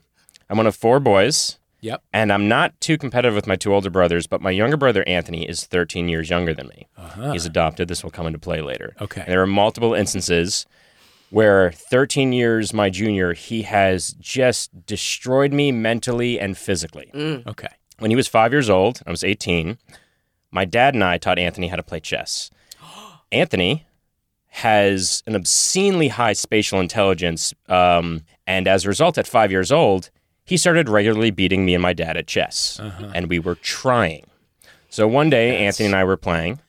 Speaker 3: I'm one of four boys.
Speaker 1: yep.
Speaker 3: And I'm not too competitive with my two older brothers, but my younger brother Anthony is 13 years younger than me. He's adopted. This will come into play later.
Speaker 1: Okay.
Speaker 3: And there are multiple instances where 13 years my junior, he has just destroyed me mentally and physically.
Speaker 1: Okay.
Speaker 3: When he was five years old, I was 18. My dad and I taught Anthony how to play chess. Anthony has an obscenely high spatial intelligence. Um, and as a result, at five years old, he started regularly beating me and my dad at chess. And we were trying. So one day, Anthony and I were playing,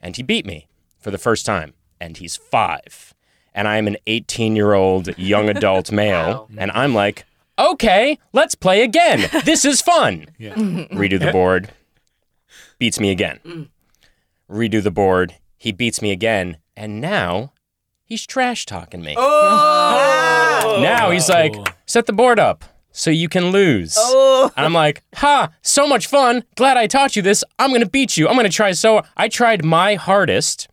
Speaker 3: and he beat me for the first time. And he's five. And I'm an 18 year old young adult male. And I'm like, okay, let's play again. This is fun. Mm-hmm. Redo the board, beats me again. Redo the board, he beats me again. And now he's trash talking me. Now he's like, set the board up so you can lose. And I'm like, ha, so much fun. Glad I taught you this. I'm going to beat you. I'm going to try so. I tried my hardest.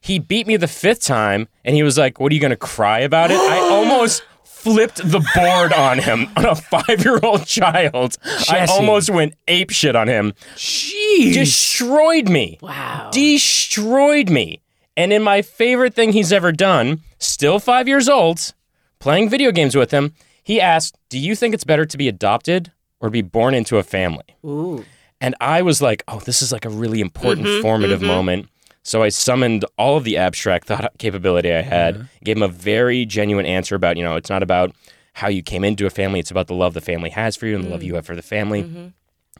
Speaker 3: He beat me the fifth time, and he was like, what are you going to cry about it? I almost flipped the board on him, on a five year old child. I
Speaker 1: Jesse.
Speaker 3: almost went ape shit on him.
Speaker 1: Jeez.
Speaker 3: Destroyed me. Wow. Destroyed me. And in my favorite thing he's ever done, still five years old, playing video games with him, he asked, Do you think it's better to be adopted or be born into a family?
Speaker 2: Ooh.
Speaker 3: And I was like, Oh, this is like a really important formative moment. So I summoned all of the abstract thought capability I had, gave him a very genuine answer about, you know, it's not about how you came into a family, it's about the love the family has for you and the love you have for the family.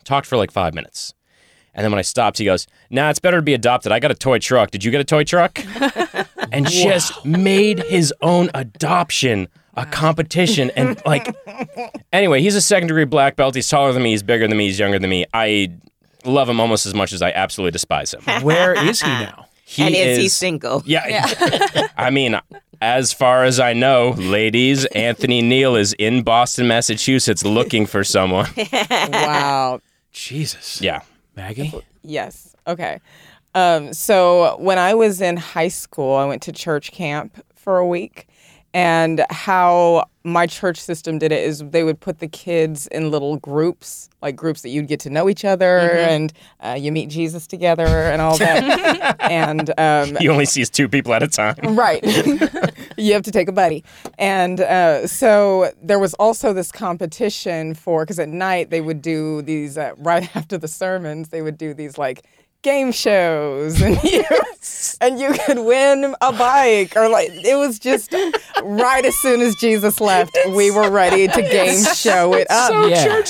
Speaker 3: Talked for like five minutes. And then when I stopped, he goes, Nah, it's better to be adopted. I got a toy truck. Did you get a toy truck? and just made his own adoption a competition. And like, anyway, he's a second degree black belt. He's taller than me. He's bigger than me. He's younger than me. I love him almost as much as I absolutely despise him.
Speaker 1: Where is he now?
Speaker 3: He
Speaker 2: and is, he single?
Speaker 3: Yeah. I mean, as far as I know, ladies, Anthony Neal is in Boston, Massachusetts looking for someone.
Speaker 5: wow.
Speaker 1: Jesus.
Speaker 3: Yeah.
Speaker 1: Maggie.
Speaker 5: Yes. Okay. Um, so when I was in high school, I went to church camp for a week. And how my church system did it is they would put the kids in little groups, like groups that you'd get to know each other and uh, you meet Jesus together and all that. and um,
Speaker 3: He only sees two people at a time.
Speaker 5: Right. you have to take a buddy. And uh, so there was also this competition for, because at night they would do these, uh, right after the sermons, they would do these like game shows and you, and you could win a bike or like it was just right as soon as Jesus left we were ready to game show it up
Speaker 1: yeah.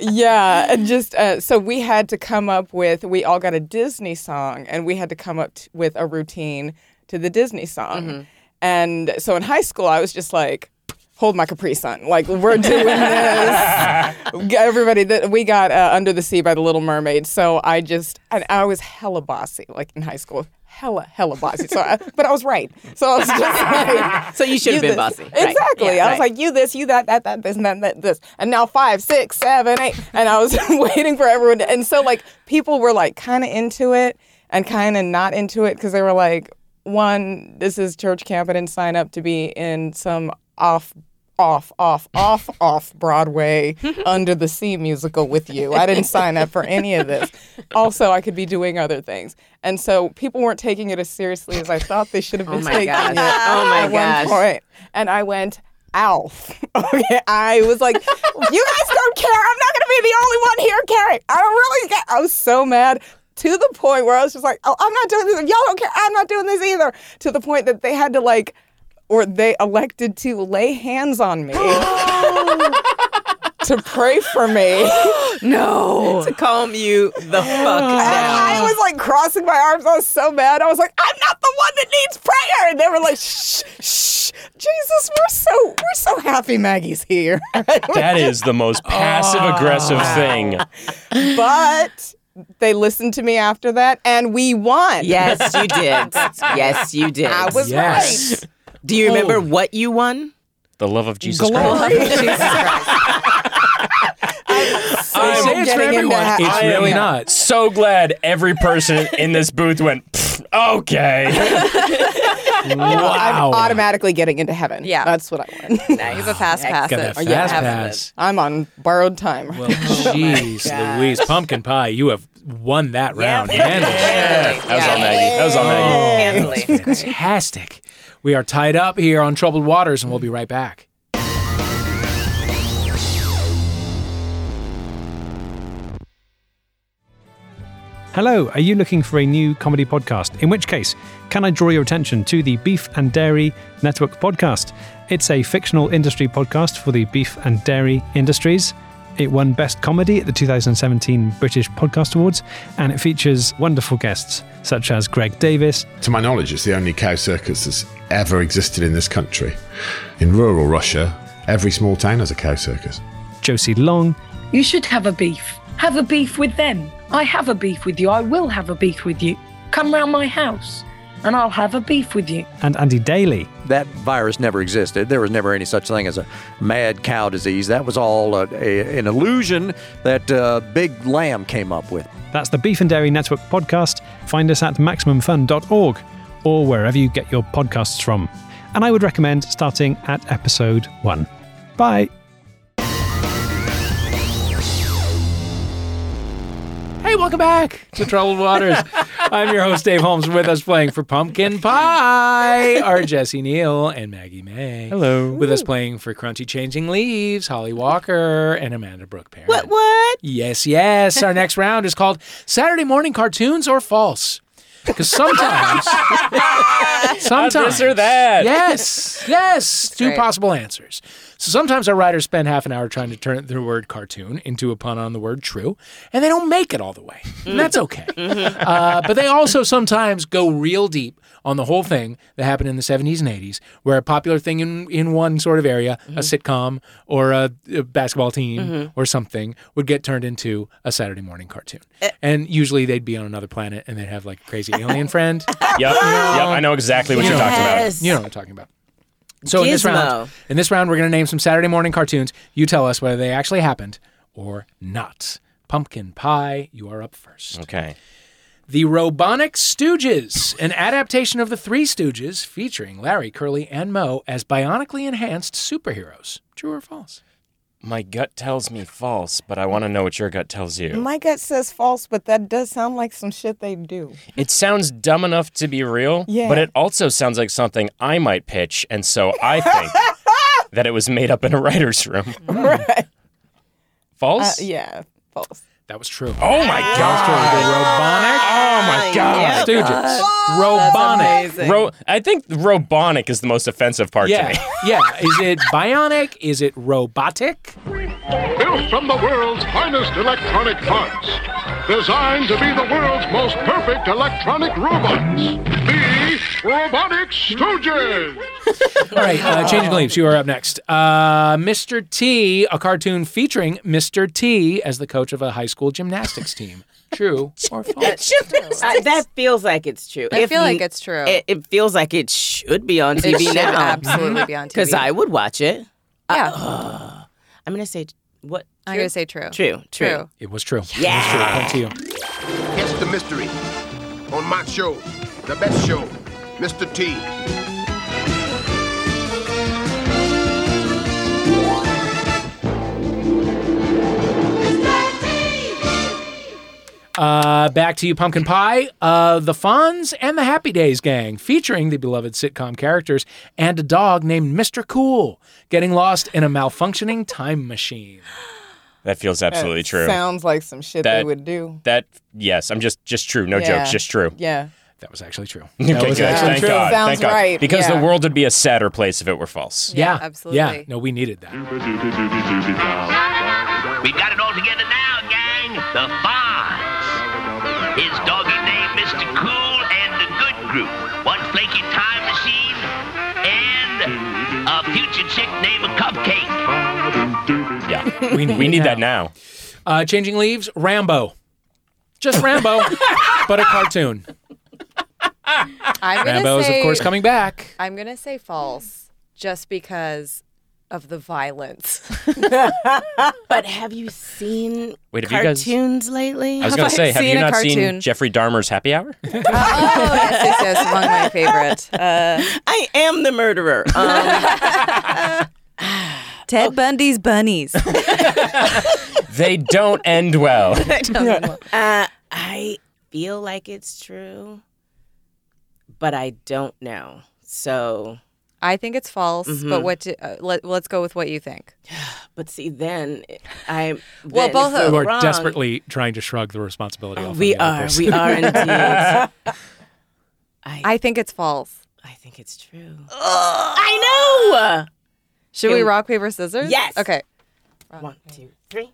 Speaker 5: yeah, and just uh, so we had to come up with we all got a Disney song, and we had to come up t- with a routine to the Disney song. And so in high school, I was just like, "Hold my Capri Sun!" Like we're doing this. Everybody that we got uh, Under the Sea by the Little Mermaid. So I just and I was hella bossy, like in high school. Hella, hella bossy. So, I, but I was right. So I was just like,
Speaker 2: So you should have
Speaker 5: you
Speaker 2: been
Speaker 5: this.
Speaker 2: bossy. Right.
Speaker 5: Exactly.
Speaker 2: Yeah,
Speaker 5: I was
Speaker 2: right.
Speaker 5: like, you this, you that, that, that, this, and that, that, this. And now five, six, seven, eight. And I was waiting for everyone. To, and so, like, people were like kind of into it and kind of not into it because they were like, one, this is church camp. I didn't sign up to be in some off, off, off, off, off Broadway Under the Sea musical with you. I didn't sign up for any of this. Also, I could be doing other things. And so people weren't taking it as seriously as I thought they should have been
Speaker 2: my
Speaker 5: taking
Speaker 2: gosh.
Speaker 5: it.
Speaker 2: Oh my
Speaker 5: at
Speaker 2: gosh.
Speaker 5: One point. And I went, Alf. Okay, I was like, you guys don't care. I'm not going to be the only one here caring. I don't really care. I was so mad to the point where I was just like, oh, I'm not doing this. If y'all don't care, I'm not doing this either. To the point that they had to like, or they elected to lay hands on me to pray for me.
Speaker 2: No. to calm you the fuck
Speaker 5: And
Speaker 2: down.
Speaker 5: I was like crossing my arms. I was so mad. I was like, I'm not the one that needs prayer. And they were like, shh, shh. Jesus, we're so we're so happy Maggie's here.
Speaker 3: That is the most passive aggressive thing.
Speaker 5: but they listened to me after that and we won.
Speaker 2: Yes, you did. Yes, you did.
Speaker 5: I was
Speaker 1: Yes.
Speaker 2: Do you remember
Speaker 1: Oh.
Speaker 2: what you won?
Speaker 3: The love of Jesus Christ.
Speaker 2: Love Jesus Christ.
Speaker 1: They
Speaker 5: I'm
Speaker 1: say it's for
Speaker 5: getting into
Speaker 1: everyone.
Speaker 5: ha-
Speaker 1: It's
Speaker 5: I am-
Speaker 1: really not.
Speaker 3: So glad every person in this booth went, "Pfft, okay.
Speaker 5: right. Well, I'm
Speaker 1: Wow.
Speaker 5: automatically getting into heaven.
Speaker 4: Yeah.
Speaker 5: That's what I won.
Speaker 4: Now you have a fast pass.
Speaker 1: Got that
Speaker 4: it.
Speaker 1: fast pass.
Speaker 5: I'm on borrowed time.
Speaker 1: Well, jeez, Louise, pumpkin pie. You have won that round. Handily.
Speaker 3: Yeah. That was on Maggie. That was on Maggie.
Speaker 1: Fantastic. We are tied up here on troubled waters, and we'll be right back.
Speaker 9: Hello, are you looking for a new comedy podcast? In which case, can I draw your attention to the Beef and Dairy Network podcast? It's a fictional industry podcast for the beef and dairy industries. It won Best Comedy at the 2017 British Podcast Awards, and it features wonderful guests such as Greg Davis,
Speaker 10: To my knowledge, it's the only cow circus that's ever existed in this country. In rural Russia, every small town has a cow circus.
Speaker 9: Josie Long,
Speaker 11: You should have a beef. Have a beef with them. I have a beef with you. I will have a beef with you. Come round my house and I'll have a beef with you.
Speaker 9: and Andy Daly.
Speaker 11: That virus never existed. There was never any such thing as a mad cow disease. That was all a, a, an illusion that uh, Big Lamb came up with.
Speaker 9: That's the Beef and Dairy Network podcast. Find us at MaximumFun.org or wherever you get your podcasts from. And I would recommend starting at episode one. Bye.
Speaker 1: Hey, welcome back to Troubled Waters. I'm your host, Dave Holmes, with us playing for Pumpkin Pie are Jesse Neal and Maggie May.
Speaker 9: Hello.
Speaker 1: With us playing for Crunchy Changing Leaves, Holly Walker and Amanda Brooke Parent.
Speaker 2: What? What?
Speaker 1: Yes, yes. Our next round is called Saturday Morning Cartoons or False. Because sometimes, sometimes
Speaker 3: This or that.
Speaker 1: Yes, yes. Two
Speaker 4: great.
Speaker 1: possible answers. So sometimes our writers spend half an hour trying to turn the word cartoon into a pun on the word true, and they don't make it all the way. And that's okay. uh, but they also sometimes go real deep on the whole thing that happened in the 70s and 80s, where a popular thing in, in one sort of area, a sitcom or a, a basketball team or something, would get turned into a Saturday morning cartoon. and usually they'd be on another planet and they'd have like a crazy alien friend.
Speaker 3: Yep. Yep. I know exactly what you're talking about.
Speaker 2: Yes.
Speaker 1: You know what I'm talking about. So in this
Speaker 2: Gizmo.
Speaker 1: round, in this round, we're going to name some Saturday morning cartoons. You tell us whether they actually happened or not. Pumpkin pie, you are up first.
Speaker 3: Okay.
Speaker 1: The Robonic Stooges, an adaptation of the Three Stooges, featuring Larry, Curly, and Moe as bionically enhanced superheroes. True or false?
Speaker 3: My gut tells me false, but I want to know what your gut tells you.
Speaker 5: My gut says false, but that does sound like some shit they do.
Speaker 3: It sounds dumb enough to be real,
Speaker 5: Yeah.
Speaker 3: but it also sounds like something I might pitch, and so I think that it was made up in a writer's room.
Speaker 1: Hmm.
Speaker 5: Right. Uh,
Speaker 3: False?
Speaker 5: yeah, false.
Speaker 1: That was true.
Speaker 3: Oh my
Speaker 1: Robonic.
Speaker 3: Oh my god.
Speaker 1: Stooges. Robonic.
Speaker 3: Ro- I think robonic is the most offensive part
Speaker 1: Yeah,
Speaker 3: to me.
Speaker 1: yeah. Is it bionic? Is it robotic?
Speaker 6: Built from the world's finest electronic parts. Designed to be the world's most perfect electronic robots. The Robotic Stooges.
Speaker 1: All right, uh, changing leaves. You are up next. Uh, Mr. T, a cartoon featuring Mr. T as the coach of a high school gymnastics team. True or false?
Speaker 2: Uh, that feels like it's true.
Speaker 4: I
Speaker 2: If
Speaker 4: feel like
Speaker 2: n-
Speaker 4: it's true.
Speaker 2: It, it feels like it should be on TV
Speaker 4: it should
Speaker 2: now.
Speaker 4: absolutely be on TV.
Speaker 2: Because I would watch it.
Speaker 4: yeah,
Speaker 2: I'm gonna say what?
Speaker 4: I'm gonna say true.
Speaker 2: True. True.
Speaker 4: True.
Speaker 1: It was true. Yeah. It was true. Point to you.
Speaker 6: Catch the mystery on my show, the best show Mr. T.
Speaker 1: Uh, back to you, Pumpkin Pie. Uh, the Fonz and the Happy Days Gang, featuring the beloved sitcom characters and a dog named Mr. Cool, getting lost in a malfunctioning time machine.
Speaker 3: That feels absolutely
Speaker 5: That
Speaker 3: true.
Speaker 5: Sounds like some shit they
Speaker 3: That-
Speaker 5: would do.
Speaker 3: That yes, I'm just just true. No
Speaker 5: Yeah.
Speaker 3: jokes, just true.
Speaker 5: Yeah.
Speaker 1: That was actually true.
Speaker 3: Okay,
Speaker 1: That was
Speaker 3: good.
Speaker 1: actually
Speaker 3: Thank
Speaker 1: true.
Speaker 3: God.
Speaker 5: Sounds
Speaker 3: Thank God.
Speaker 5: right,
Speaker 3: Because
Speaker 5: yeah.
Speaker 3: the world would be a sadder place if it were false.
Speaker 1: Yeah,
Speaker 5: Yeah,
Speaker 1: absolutely. Yeah, no, we needed that.
Speaker 12: We got it all together now, gang. The Fonz. His doggy name, Mr. Cool, and the Good Group. One flaky time machine, and a future chick named Cupcake.
Speaker 3: Yeah, we need, we need that now.
Speaker 1: Uh, changing leaves, Rambo. Just Rambo, but a cartoon.
Speaker 4: I'm gonna
Speaker 1: Rambo is, of
Speaker 4: say-
Speaker 1: course, coming back.
Speaker 4: I'm gonna say false, just because of the violence.
Speaker 2: but have you seen
Speaker 3: Wait, have you guys-
Speaker 2: cartoons lately?
Speaker 3: I was going to say, have you not seen Jeffrey Dahmer's Happy Hour?
Speaker 4: Oh, yes, yes, among my favorite. Uh,
Speaker 2: I am the murderer. Um,
Speaker 4: Ted Bundy's bunnies.
Speaker 3: they don't end well.
Speaker 2: uh, I feel like it's true, but I don't know. So,
Speaker 4: I think it's false,
Speaker 2: Mhm.
Speaker 4: but what? Do, uh, let, let's go with what you think.
Speaker 2: but see, then I
Speaker 4: Well,
Speaker 2: then if
Speaker 4: both
Speaker 2: we're
Speaker 1: Who are
Speaker 2: wrong-
Speaker 1: desperately trying to shrug the responsibility off. on
Speaker 2: We
Speaker 1: the other
Speaker 2: are,
Speaker 1: person.
Speaker 2: we are indeed.
Speaker 4: I, think it's false.
Speaker 2: I think it's true. I know.
Speaker 4: Should
Speaker 2: Can
Speaker 4: we
Speaker 2: we-
Speaker 4: rock paper scissors?
Speaker 2: Yes.
Speaker 4: Okay.
Speaker 2: One, two, three.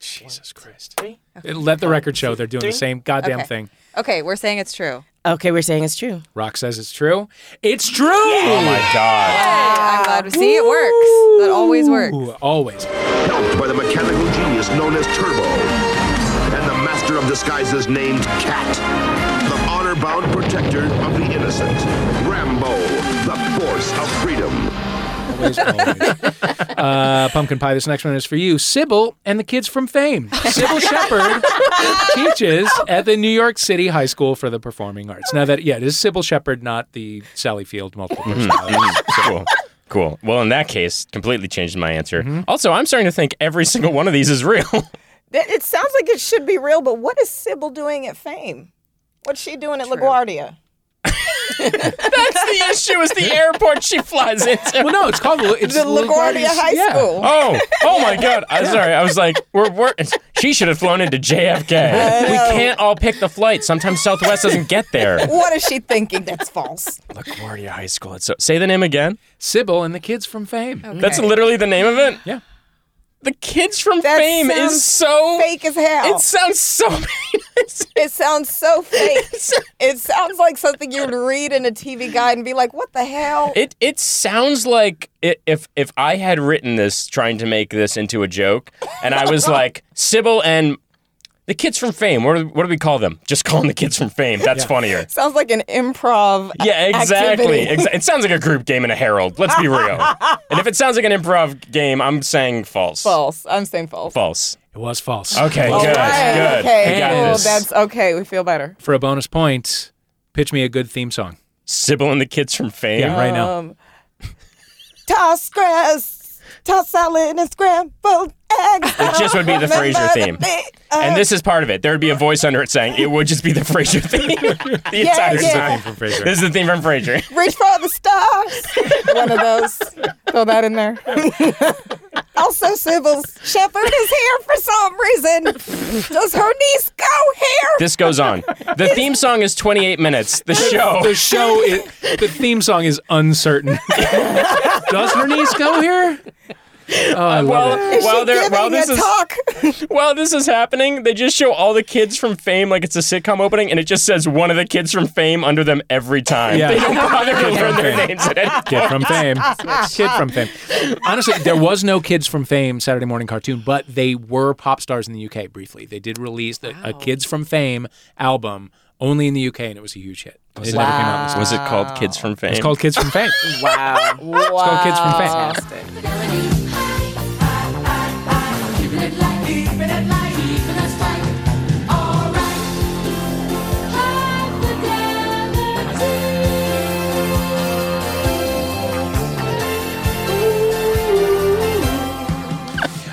Speaker 1: Jesus Christ. Let the record show they're doing the same goddamn
Speaker 4: Okay.
Speaker 1: thing.
Speaker 4: Okay, we're saying it's true.
Speaker 2: Okay, we're saying it's true.
Speaker 1: Rock says it's true. It's true.
Speaker 3: Oh my God.
Speaker 4: I'm glad we see it works. That always works.
Speaker 1: Ooh, always.
Speaker 13: Helped by the mechanical genius known as Turbo and the master of disguises named Cat, the honor bound protector of the innocent, Rambo, the force of freedom.
Speaker 1: Uh, Pumpkin Pie, this next one is for you. Sybil and the kids from fame. Sybil Shepherd teaches at the New York City High School for the Performing Arts. Now that, yeah, it is Sybil Shepherd, not the Sally Field multiple personality.
Speaker 3: Mm, cool. Cool. Well, in that case, completely changed my answer. Also, I'm starting to think every single one of these is real.
Speaker 5: That- It sounds like it should be real, but what is Sybil doing at Fame? What's she doing at LaGuardia?
Speaker 3: That's the issue. Is the airport she flies into?
Speaker 1: Well, no, it's called it's
Speaker 5: The LaGuardia High
Speaker 1: yeah.
Speaker 5: School.
Speaker 3: Oh, oh my God! I'm sorry. I was like, we're, we're she should have flown into JFK. We can't all pick the flight. Sometimes Southwest doesn't get there.
Speaker 5: What is she thinking? That's false.
Speaker 3: LaGuardia High School. It's so, say the name again.
Speaker 1: Sybil and the kids from fame.
Speaker 3: That's literally the name of it.
Speaker 1: Yeah.
Speaker 3: The kids from
Speaker 5: That
Speaker 3: fame
Speaker 5: sounds
Speaker 3: is so.
Speaker 5: fake as hell.
Speaker 3: It sounds so.
Speaker 5: It sounds so fake. it sounds like something you would read in a TV guide and be like, "What the hell?"
Speaker 3: It it sounds like it, if if I had written this trying to make this into a joke, and I was like Sybil and the kids from fame. What do, what do we call them? Just call them the kids from fame. That's funnier.
Speaker 5: sounds like an improv. a-
Speaker 3: Yeah, exactly.
Speaker 5: activity.
Speaker 3: Exa- it sounds like a group game in a Herald. Let's be real. and if it sounds like an improv game, I'm saying false.
Speaker 5: False. I'm saying false.
Speaker 3: False.
Speaker 1: It was false.
Speaker 3: Okay,
Speaker 5: All
Speaker 3: good,
Speaker 5: right,
Speaker 3: good.
Speaker 5: Okay.
Speaker 3: We got
Speaker 5: cool.
Speaker 3: this.
Speaker 5: That's okay. We feel better.
Speaker 1: For a bonus point, pitch me a good theme song.
Speaker 3: Sybil and the kids from fame.
Speaker 1: Yeah, right now.
Speaker 5: Um, toss grass, toss salad, and scrambled eggs.
Speaker 3: It just would be the Fraser
Speaker 5: Remember uh,
Speaker 3: theme.
Speaker 5: thing-
Speaker 3: And this is part of it. There would be a voice under it saying it would just be the Frasier theme the entire
Speaker 5: yeah.
Speaker 3: time. This is the theme from Frasier.
Speaker 5: Reach for the stars. One of those. Throw that in there. also, Sybil's shepherd is here for some reason. Does her niece go here?
Speaker 3: This goes on. The theme song is 28 minutes. The show.
Speaker 1: The show is the theme song is uncertain. Does her niece go here? Oh, I love it.
Speaker 3: While,
Speaker 5: Is
Speaker 3: while,
Speaker 5: she
Speaker 3: they're,
Speaker 5: giving
Speaker 3: while, this
Speaker 5: a
Speaker 3: is,
Speaker 5: talk?
Speaker 3: while this is happening, they just show all the kids from fame like it's a sitcom opening, and it just says one of the kids from fame under them every time.
Speaker 1: Yeah.
Speaker 3: They don't bother to learn their
Speaker 1: Fame.
Speaker 3: names at any
Speaker 1: Kid from Fame. Kid from Fame. Honestly, there was no Kids from Fame Saturday morning cartoon, but they were pop stars in the UK briefly. They did release the, a Kids from Fame album only in the UK, and it was a huge hit. It never came out in the
Speaker 3: Was
Speaker 1: States.
Speaker 3: it called Kids from Fame?
Speaker 1: It's called Kids from Fame.
Speaker 2: Wow.
Speaker 1: It's called Kids from Fame.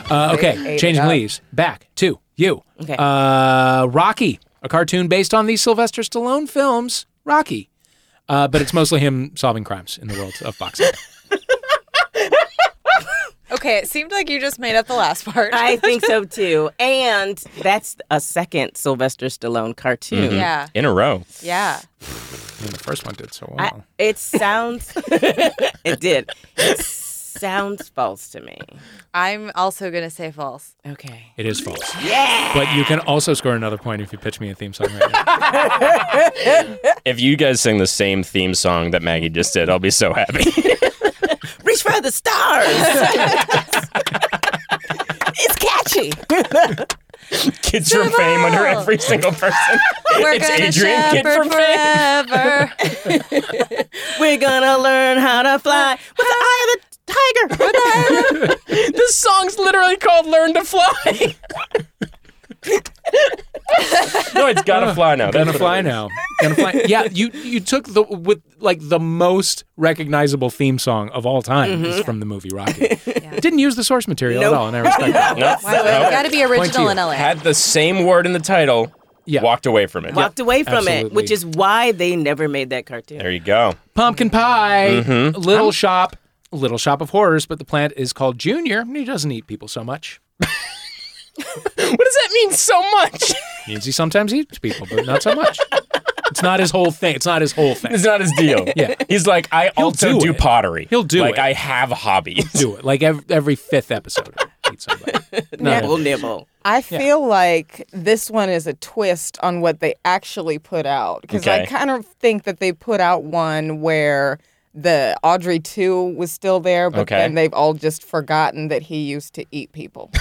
Speaker 1: Uh,
Speaker 2: They ate
Speaker 1: okay,
Speaker 2: it
Speaker 1: changing
Speaker 2: up.
Speaker 1: leaves. Back to you.
Speaker 2: Okay.
Speaker 1: Uh, Rocky, a cartoon based on the Sylvester Stallone films Rocky, uh, but it's mostly him solving crimes in the world of boxing.
Speaker 4: Okay, it seemed like you just made up the last part.
Speaker 2: I think so too. And that's a second Sylvester Stallone cartoon.
Speaker 4: Mhm. Yeah.
Speaker 3: In a row.
Speaker 4: Yeah.
Speaker 1: And the first one did so well.
Speaker 2: I, it sounds. it did. It sounds false to me.
Speaker 4: I'm also going to say false.
Speaker 2: Okay.
Speaker 1: It is false.
Speaker 4: Yeah.
Speaker 1: But you can also score another point if you pitch me a theme song right now.
Speaker 3: If you guys sing the same theme song that Maggie just did, I'll be so happy.
Speaker 2: Reach for the stars. it's catchy.
Speaker 3: Kids from fame under every single person.
Speaker 2: We're
Speaker 3: it's
Speaker 2: gonna
Speaker 3: Adrian Kid
Speaker 2: shepherd
Speaker 3: from
Speaker 4: forever.
Speaker 2: We're gonna learn how to fly with the eye of the tiger. With the eye of the...
Speaker 3: this song's literally called "Learn to Fly." no, it's gotta fly now.
Speaker 1: Gonna
Speaker 3: That's what it
Speaker 1: fly
Speaker 3: is.
Speaker 1: now. Gonna fly. Yeah, you you took the with like the most recognizable theme song of all time
Speaker 4: Mhm.
Speaker 1: is from the movie Rocky. Didn't use the source material at all, and I respect that.
Speaker 3: No,
Speaker 4: Why would-
Speaker 3: no.
Speaker 4: gotta be
Speaker 1: Point to
Speaker 4: original
Speaker 1: you.
Speaker 4: in LA.
Speaker 3: Had the same word in the title. Walked away from it.
Speaker 2: Walked away from it, which is why they never made that cartoon.
Speaker 3: There you go.
Speaker 1: Pumpkin Pie,
Speaker 3: Mhm.
Speaker 1: Little Shop, Little Shop of Horrors, but the plant is called Junior. and He doesn't eat people so much.
Speaker 3: What does that mean so much?
Speaker 1: Means he sometimes eats people, but not so much. It's not his whole thing. It's not his whole thing.
Speaker 3: It's not his deal.
Speaker 1: Yeah.
Speaker 3: He's like, I
Speaker 1: He'll
Speaker 3: also
Speaker 1: do
Speaker 3: do,
Speaker 1: it.
Speaker 3: pottery.
Speaker 1: He'll do
Speaker 3: like,
Speaker 1: it.
Speaker 3: I have hobbies.
Speaker 1: Do it like every, every fifth episode. Eat somebody. Not
Speaker 2: Nibble,
Speaker 1: every-
Speaker 2: nibble.
Speaker 5: I feel like this one is a twist on what they actually put out because I
Speaker 2: Okay.
Speaker 5: kind of think that they put out one where the Audrey 2 was still there, but
Speaker 3: Okay.
Speaker 5: then they've all just forgotten that he used to eat people.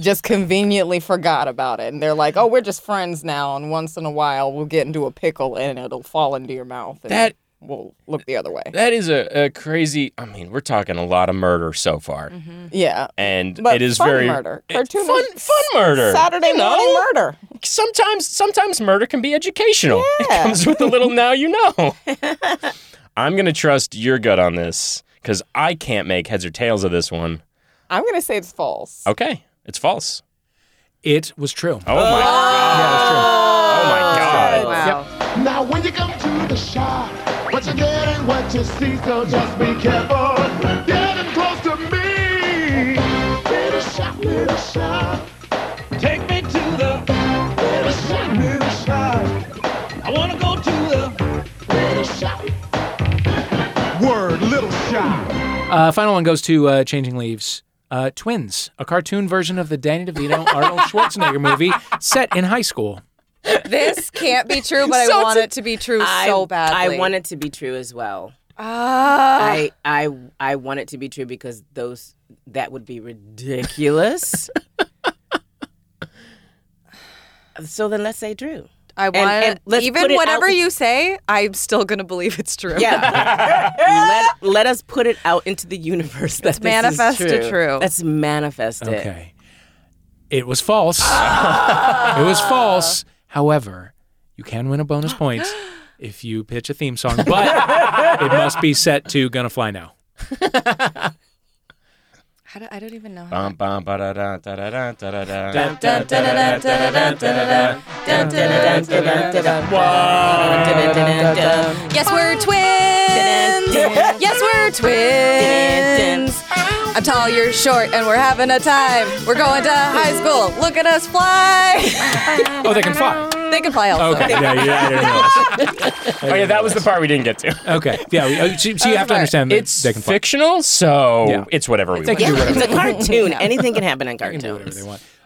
Speaker 5: just conveniently forgot about it. And they're like, oh, we're just friends now. And once in a while, we'll get into a pickle and it'll fall into your mouth. And
Speaker 3: That-
Speaker 5: will look the other way.
Speaker 3: That is a, a crazy. I mean, we're talking a lot of murder so far,
Speaker 1: Mm-hmm.
Speaker 5: yeah.
Speaker 3: and
Speaker 5: But
Speaker 3: it is
Speaker 5: fun
Speaker 3: very
Speaker 5: murder.
Speaker 3: it-
Speaker 5: Cartoon
Speaker 3: fun, fun murder.
Speaker 5: Saturday
Speaker 3: you know?
Speaker 5: morning murder.
Speaker 3: Sometimes, sometimes murder can be educational. It comes with a little now you know. I'm gonna trust your gut on this because I can't make heads or tails of this one.
Speaker 5: I'm going to say it's false.
Speaker 3: Okay, it's false.
Speaker 1: It was true.
Speaker 3: Oh my god! Oh my god!
Speaker 6: Now when you come to the shop, what you get and what you see, so just be careful. Getting close to me. Little shop, little shop. Take me to the little shop, little shop. I wanna go to the little shop. Word, little shop.
Speaker 1: Uh, final one goes to uh, Changing Leaves. Uh, Twins, a cartoon version of the Danny DeVito Arnold Schwarzenegger movie set in high school.
Speaker 4: This can't be true, but
Speaker 2: So
Speaker 4: I want
Speaker 2: it's-
Speaker 4: it to be true
Speaker 2: I,
Speaker 4: so badly.
Speaker 2: I want it to be true as well.
Speaker 4: Ah.
Speaker 2: I I I want it to be true because those that would be ridiculous. so then let's say true.
Speaker 4: I
Speaker 2: And-
Speaker 4: want
Speaker 2: and let's put
Speaker 4: even
Speaker 2: it
Speaker 4: whatever
Speaker 2: out-
Speaker 4: you say, I'm still gonna believe it's true.
Speaker 2: Yeah. let let us put it out into the universe. That
Speaker 4: Let's
Speaker 2: this is
Speaker 4: manifest it
Speaker 2: true.
Speaker 4: true.
Speaker 2: Let's manifest it.
Speaker 1: Okay. It was false. it was false. However, you can win a bonus point if you pitch a theme song, but it must be set to Gonna Fly Now.
Speaker 4: How do, I don't even know. How.
Speaker 3: Bum, bum, ba-da-da, da-da-da, da-da-da.
Speaker 4: Dun, dun, dun, dun, dun, dun, dun, dun, dun, dun, dun, dun, dun, dun. Yes, we're twins. Yes, we're twins. I'm tall, you're short, and we're having a time. We're going to high school. Look at us fly.
Speaker 1: Oh, they can fly.
Speaker 4: they can fly also.
Speaker 1: Okay. Yeah, yeah, I didn't realize.
Speaker 3: Oh yeah, that was the part we didn't get to.
Speaker 1: Okay. Yeah. we- oh, So, so you have to understand that
Speaker 3: It's
Speaker 1: they can fly.
Speaker 3: fictional, so it's whatever we
Speaker 1: They
Speaker 3: want.
Speaker 1: can do
Speaker 2: Yeah,
Speaker 1: whatever
Speaker 2: it's a
Speaker 1: they want.
Speaker 2: cartoon. Anything can happen in cartoons.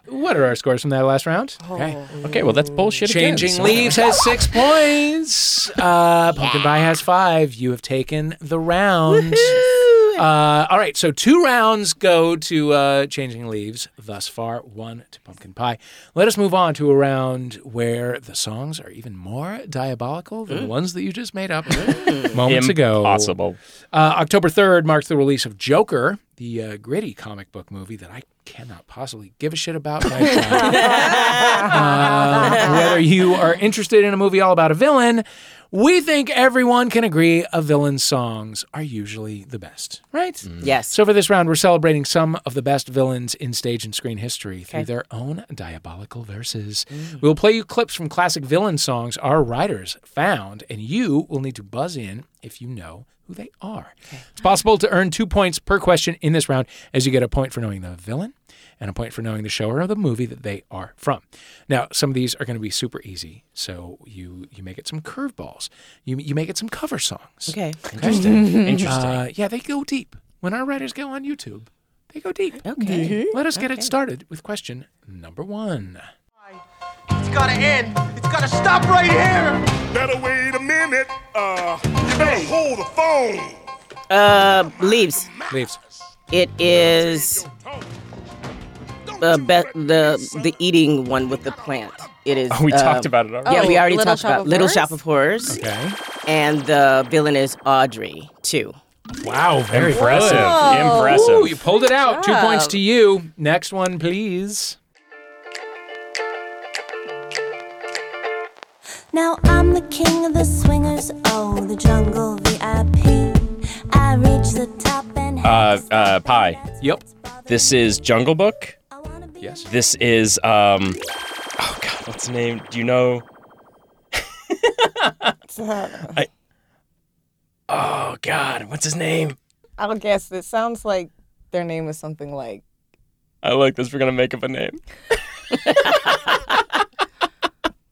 Speaker 1: What are our scores from that last round? Okay.
Speaker 3: Okay, well that's bullshit. again.
Speaker 1: Changing Leaves has six points. Uh, Pumpkin Pie has five. You have taken the round. Uh, all right, so two rounds go to uh, Changing Leaves thus far, one to Pumpkin Pie. Let us move on to a round where the songs are even more diabolical than the ones that you just made up moments ago.
Speaker 3: Impossible.
Speaker 1: Uh, October 3rd marks the release of Joker, the uh, gritty comic book movie that I cannot possibly give a shit about. by a child. Um, whether you are interested in a movie all about a villain, we think everyone can agree a villain's songs are usually the best, right?
Speaker 2: Yes.
Speaker 1: So for this round, we're celebrating some of the best villains in stage and screen history through
Speaker 2: Okay. Mm.
Speaker 1: their own diabolical verses. We'll play you clips from classic villain songs our writers found, and you will need to buzz in if you know who they are. It's possible to earn two points per question in this round, as you get a point for knowing the villain and a point for knowing the show or the movie that they are from. Now, some of these are going to be super easy, so you you make it some curveballs. You you make it some cover songs.
Speaker 2: Okay.
Speaker 3: Interesting. Interesting.
Speaker 1: Uh, yeah, they go deep. When our writers go on YouTube, they go deep. Okay. Let us get it started with question number one.
Speaker 6: It's gotta end. It's gotta stop right here. Better wait a minute. Uh, you better hold the phone.
Speaker 2: Uh, leaves.
Speaker 1: Leaves.
Speaker 2: It is the be- the the eating one with the plant. It is.
Speaker 3: Oh, we
Speaker 1: um,
Speaker 2: uh,
Speaker 3: talked about it already.
Speaker 2: Yeah, we
Speaker 3: Oh,
Speaker 2: already
Speaker 3: Little
Speaker 2: talked
Speaker 3: Shop
Speaker 2: about
Speaker 3: of
Speaker 2: Little
Speaker 3: Horrors?
Speaker 2: Shop of Horrors.
Speaker 1: Okay.
Speaker 2: And the villain is Audrey too.
Speaker 1: Wow,
Speaker 3: very Impressive. good. Whoa. Impressive.
Speaker 1: Ooh, you pulled it out. Two
Speaker 2: job.
Speaker 1: points to you. Next one, please.
Speaker 14: Now I'm the king of the swingers, oh, the jungle VIP. I reach the top and
Speaker 1: oh.
Speaker 3: Uh, uh, pie.
Speaker 1: Yep.
Speaker 3: This is Jungle Book.
Speaker 1: Yes.
Speaker 3: This is um. Oh God, what's the name? Do you know? I. Oh God, what's his name?
Speaker 5: I'll guess that sounds like their name is something like
Speaker 3: I like this. We're gonna make up a name.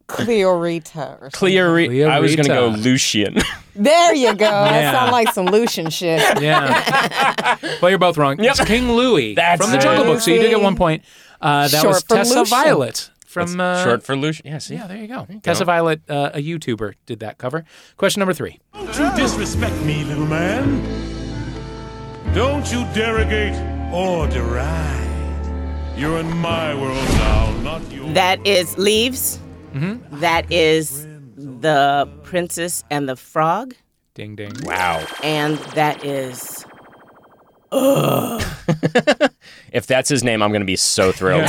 Speaker 5: Cleorita or something.
Speaker 3: Cleary. I was gonna go
Speaker 1: Clearita.
Speaker 3: Lucian.
Speaker 5: There you go. That
Speaker 1: Yeah.
Speaker 5: sounds like some Lucian shit.
Speaker 1: Yeah. well, you're both wrong. It's King Louis from the
Speaker 3: it.
Speaker 1: Jungle Book, so you do get one point. Uh, that
Speaker 3: Short
Speaker 1: was
Speaker 3: for
Speaker 1: Tessa
Speaker 3: Lucian.
Speaker 1: Violet from
Speaker 3: That's
Speaker 1: uh,
Speaker 3: short for Lucian. Yeah, see?
Speaker 1: Yeah, there you go.
Speaker 3: you
Speaker 1: Tessa
Speaker 3: go.
Speaker 1: Violet, uh, a YouTuber, did that cover. Question number three.
Speaker 6: Don't you disrespect me, little man. Don't you derogate or deride. You're in my world now, not yours.
Speaker 2: That is leaves.
Speaker 3: Mm-hmm.
Speaker 2: That is the princess and the frog.
Speaker 1: Ding ding.
Speaker 3: Wow.
Speaker 2: And that is. Ugh.
Speaker 3: If that's his name, I'm gonna be so thrilled.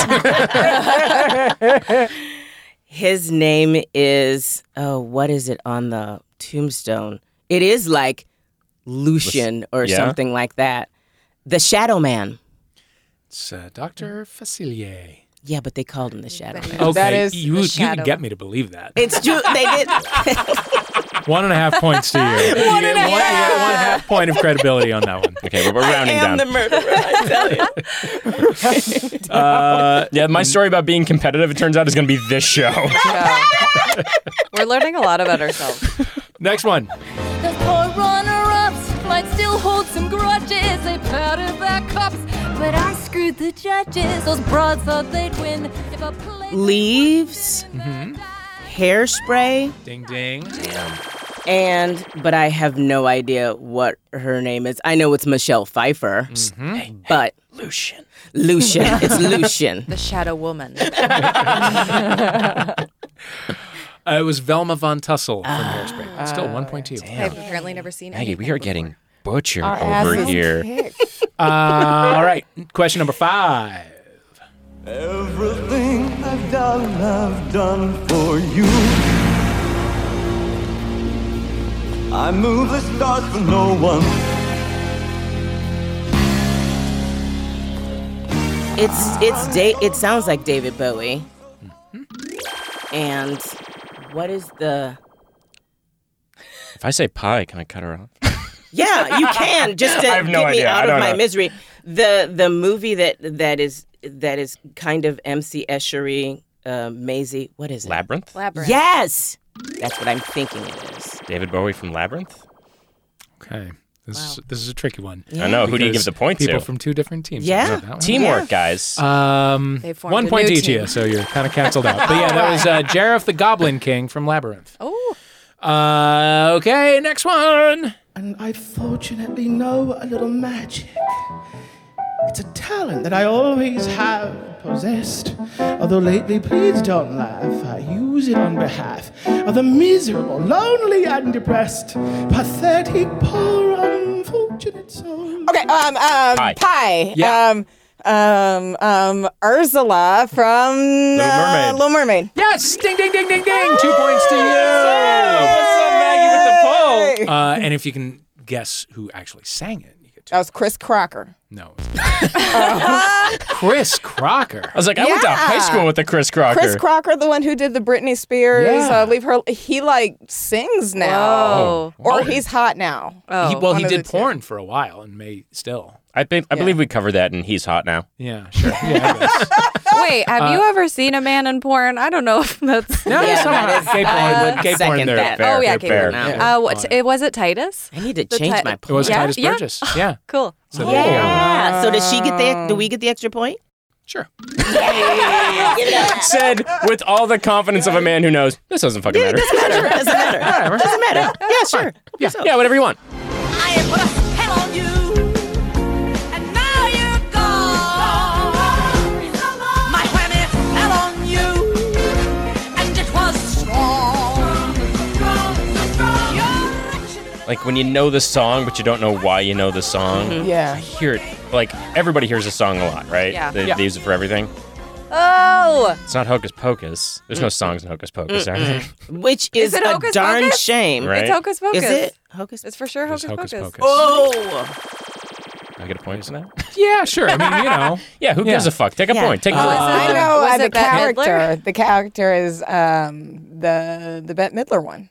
Speaker 2: His name is oh, what is it on the tombstone? It is like Lucian or
Speaker 1: yeah?
Speaker 2: something like that. The Shadow Man.
Speaker 1: It's uh, Dr. Facilier.
Speaker 2: Yeah, but they called him the Shadow Man.
Speaker 1: Okay, you, you can get me to believe that.
Speaker 2: It's true. They did.
Speaker 1: One and a half points to you. You get one, you get one half point of credibility on that one.
Speaker 3: Okay, we're, we're rounding
Speaker 2: I am
Speaker 3: down.
Speaker 2: the murderer. I tell
Speaker 3: uh,
Speaker 2: you.
Speaker 3: yeah, my story about being competitive, it turns out, is gonna be this show.
Speaker 4: We're learning a lot about ourselves.
Speaker 1: Next one.
Speaker 14: The poor runner-ups might still hold some grudges. They powder their cups, but I screwed the judges. Those broads thought they'd win if I played.
Speaker 2: Leaves, hairspray,
Speaker 1: Ding ding.
Speaker 2: and but I have no idea what her name is. I know it's Michelle Pfeiffer, but
Speaker 3: Lucian.
Speaker 2: Lucian. It's Lucian.
Speaker 4: the shadow woman.
Speaker 1: Uh, it was Velma von Tussle from
Speaker 3: Ah.
Speaker 1: Hairspray. still one point to you.
Speaker 4: I've apparently never seen
Speaker 3: Maggie, we are getting butchered
Speaker 4: Our
Speaker 3: over
Speaker 4: asses
Speaker 3: here.
Speaker 1: Uh, all right. Question number five.
Speaker 6: Everything I've done, I've done for you. I move the stars for no one.
Speaker 2: It's it's da- it sounds like David Bowie. And what is the
Speaker 3: If I say pie, can I cut her off?
Speaker 2: Yeah, you can just to
Speaker 3: I have no
Speaker 2: get me
Speaker 3: idea. I
Speaker 2: out of
Speaker 3: don't
Speaker 2: my
Speaker 3: know.
Speaker 2: misery. The the movie that that is that is kind of MC Eshery, uh, Maisie. What is it?
Speaker 3: Labyrinth?
Speaker 4: Labyrinth.
Speaker 2: Yes, that's what I'm thinking it is.
Speaker 3: David Bowie from Labyrinth?
Speaker 1: Okay. This, is, this is a tricky one.
Speaker 3: I know. Who do you
Speaker 1: Because
Speaker 3: give the point
Speaker 1: people
Speaker 3: to?
Speaker 1: from two different teams.
Speaker 3: Yeah.
Speaker 1: That one.
Speaker 3: Teamwork, guys.
Speaker 4: Uh,
Speaker 1: Um,
Speaker 4: They formed
Speaker 1: one
Speaker 4: a
Speaker 1: point
Speaker 4: new
Speaker 1: each
Speaker 4: team.
Speaker 1: you, so you're kind of canceled out. But yeah, that was uh, Jareth the Goblin King from Labyrinth.
Speaker 4: Oh.
Speaker 1: Uh, okay, next one.
Speaker 15: And I fortunately know a little magic. It's a talent that I always have possessed. Although lately, please don't laugh, I use it on behalf of the miserable, lonely, and depressed, pathetic, poor, unfortunate soul.
Speaker 5: Okay, um, um, pie.
Speaker 6: Yeah.
Speaker 5: Um, um, um, Ursula from Little
Speaker 6: Mermaid.
Speaker 5: Little Mermaid.
Speaker 1: Yes! Ding, ding, ding, ding, ding! Two points to you!
Speaker 5: Maggie with the poll?
Speaker 1: Uh, and if you can guess who actually sang it,
Speaker 5: that was Chris Crocker.
Speaker 1: No. Chris Crocker. I
Speaker 3: was like, I went to
Speaker 5: Yeah.
Speaker 3: high school with the Chris Crocker.
Speaker 5: Chris Crocker, the one who did the Britney Spears,
Speaker 3: Yeah.
Speaker 5: uh, leave her. He like sings now,
Speaker 4: Oh.
Speaker 3: Whoa.
Speaker 1: Oh.
Speaker 5: or he's hot now.
Speaker 1: He, well,
Speaker 5: Oh, One
Speaker 1: he
Speaker 5: of
Speaker 1: did
Speaker 5: the two.
Speaker 1: porn for a while and may still.
Speaker 3: I, be- I believe we covered that, and he's hot now.
Speaker 1: Yeah, sure. Yeah,
Speaker 4: Wait, have you ever seen a man in porn? I don't know if that's.
Speaker 1: Uh, No,
Speaker 3: Yeah, somehow that is- gay porn would-
Speaker 4: Uh,
Speaker 3: gay porn,
Speaker 4: second
Speaker 3: they're
Speaker 4: that.
Speaker 3: fair,
Speaker 4: Oh yeah,
Speaker 3: they're
Speaker 4: gay
Speaker 3: fair.
Speaker 4: porn.
Speaker 3: Yeah.
Speaker 4: Uh, what, it, was it Titus?
Speaker 2: I need to
Speaker 4: The
Speaker 2: change
Speaker 4: Ti-
Speaker 2: my point.
Speaker 1: It was
Speaker 4: Yeah,
Speaker 1: Titus
Speaker 4: yeah.
Speaker 1: Burgess. Yeah.
Speaker 4: Cool.
Speaker 1: So there you go.
Speaker 2: yeah. So does she get the? Do we get the extra point?
Speaker 1: Sure.
Speaker 3: Said with all the confidence of a man who knows this doesn't fucking matter.
Speaker 2: Doesn't matter. Doesn't matter. Doesn't matter. Yeah, sure.
Speaker 3: Yeah, yeah, whatever you want.
Speaker 6: My whammy fell on you, and it was strong.
Speaker 3: Like when you know the song, but you don't know why you know the song.
Speaker 4: Mm-hmm.
Speaker 5: Mhm. Yeah.
Speaker 3: I hear it. Like everybody hears the song a lot, right?
Speaker 4: Yeah.
Speaker 3: They,
Speaker 4: Yeah.
Speaker 3: they use it for everything.
Speaker 4: Oh.
Speaker 3: It's not Hocus Pocus. There's no songs in Hocus Pocus, are there?
Speaker 2: Which
Speaker 4: Is
Speaker 2: is,
Speaker 4: it
Speaker 2: a
Speaker 4: Hocus
Speaker 2: darn
Speaker 4: Pocus?
Speaker 2: shame.
Speaker 3: Right.
Speaker 4: It's Hocus Pocus.
Speaker 2: Is it?
Speaker 4: Hocus? It's for sure
Speaker 3: It is
Speaker 4: Hocus,
Speaker 3: Hocus
Speaker 4: Pocus.
Speaker 3: Pocus.
Speaker 2: Oh.
Speaker 3: I get a point for that.
Speaker 1: Yeah, sure. I mean, you know.
Speaker 3: Yeah, who gives a fuck? Take a
Speaker 1: Yeah.
Speaker 3: point. Take a
Speaker 1: Uh,
Speaker 3: point.
Speaker 5: I know
Speaker 4: Was
Speaker 5: uh,
Speaker 4: it
Speaker 5: the
Speaker 4: Bette Midler?
Speaker 5: character. The character is um, the the Bette Midler one.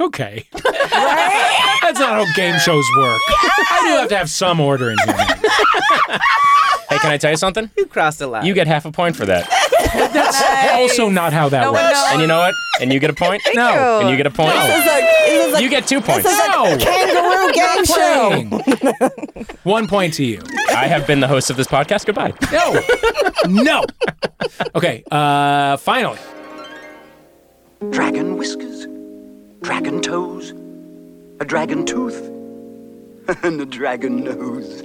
Speaker 1: Okay. That's not how game shows work. I do have to have some order in here.
Speaker 3: hey, can I tell you something?
Speaker 2: You crossed a line.
Speaker 3: You get half a point for that.
Speaker 1: That's also not how that
Speaker 3: No
Speaker 1: works.
Speaker 3: one knows. And you know what? And you get a point. no. And you get a point. you get two points.
Speaker 5: kangaroo game show.
Speaker 1: One point to you.
Speaker 3: I have been the host of this podcast. Goodbye.
Speaker 1: No. No. Okay. Uh, finally.
Speaker 16: Dragon whiskers, dragon toes, a dragon tooth, and a dragon nose.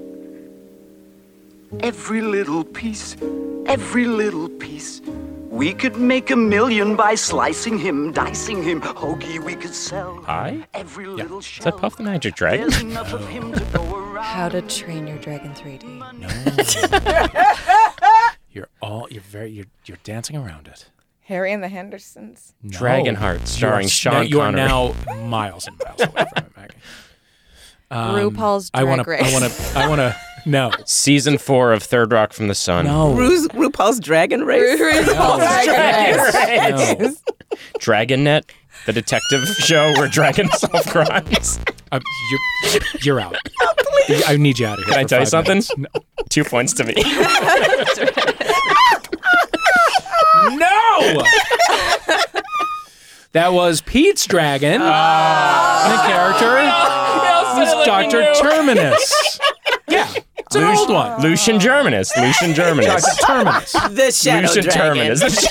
Speaker 16: Every little piece, every little piece. We could make a million by slicing him, dicing him. Hoagie, we could sell.
Speaker 3: Hi.
Speaker 16: Every little shell.
Speaker 3: Is that Puff the Magic Dragon?
Speaker 16: There's enough of him to go around.
Speaker 4: How to Train Your Dragon 3D.
Speaker 1: You're all you're very you're you're dancing around it.
Speaker 5: Harry and the Hendersons.
Speaker 1: No.
Speaker 3: Dragonheart, starring
Speaker 1: you are,
Speaker 3: Sean
Speaker 1: now, You are
Speaker 3: Connery.
Speaker 1: now miles and miles away from it, Maggie.
Speaker 4: RuPaul's
Speaker 1: I wanna,
Speaker 4: Drag Race.
Speaker 1: I want to. I want to. No.
Speaker 3: Season four of Third Rock from the Sun.
Speaker 1: No.
Speaker 2: Ru's, RuPaul's Dragon Race.
Speaker 6: RuPaul's Dragon
Speaker 3: Race. Dragonette, the detective show where dragons solve crimes.
Speaker 1: Uh, you're, you're out. I need you out of here.
Speaker 3: Can I
Speaker 1: for
Speaker 3: tell you
Speaker 1: five
Speaker 3: something?
Speaker 1: minutes.
Speaker 3: Two points to me.
Speaker 1: No. that was Pete's dragon. and the character Oh. was Doctor Terminus. Yeah, it's an
Speaker 3: Luc-
Speaker 1: old one.
Speaker 3: Lucian Germanus. Lucian Germanus.
Speaker 1: Doctor Terminus.
Speaker 2: The Shadow
Speaker 3: Lucian
Speaker 2: Dragon.
Speaker 3: Terminus. The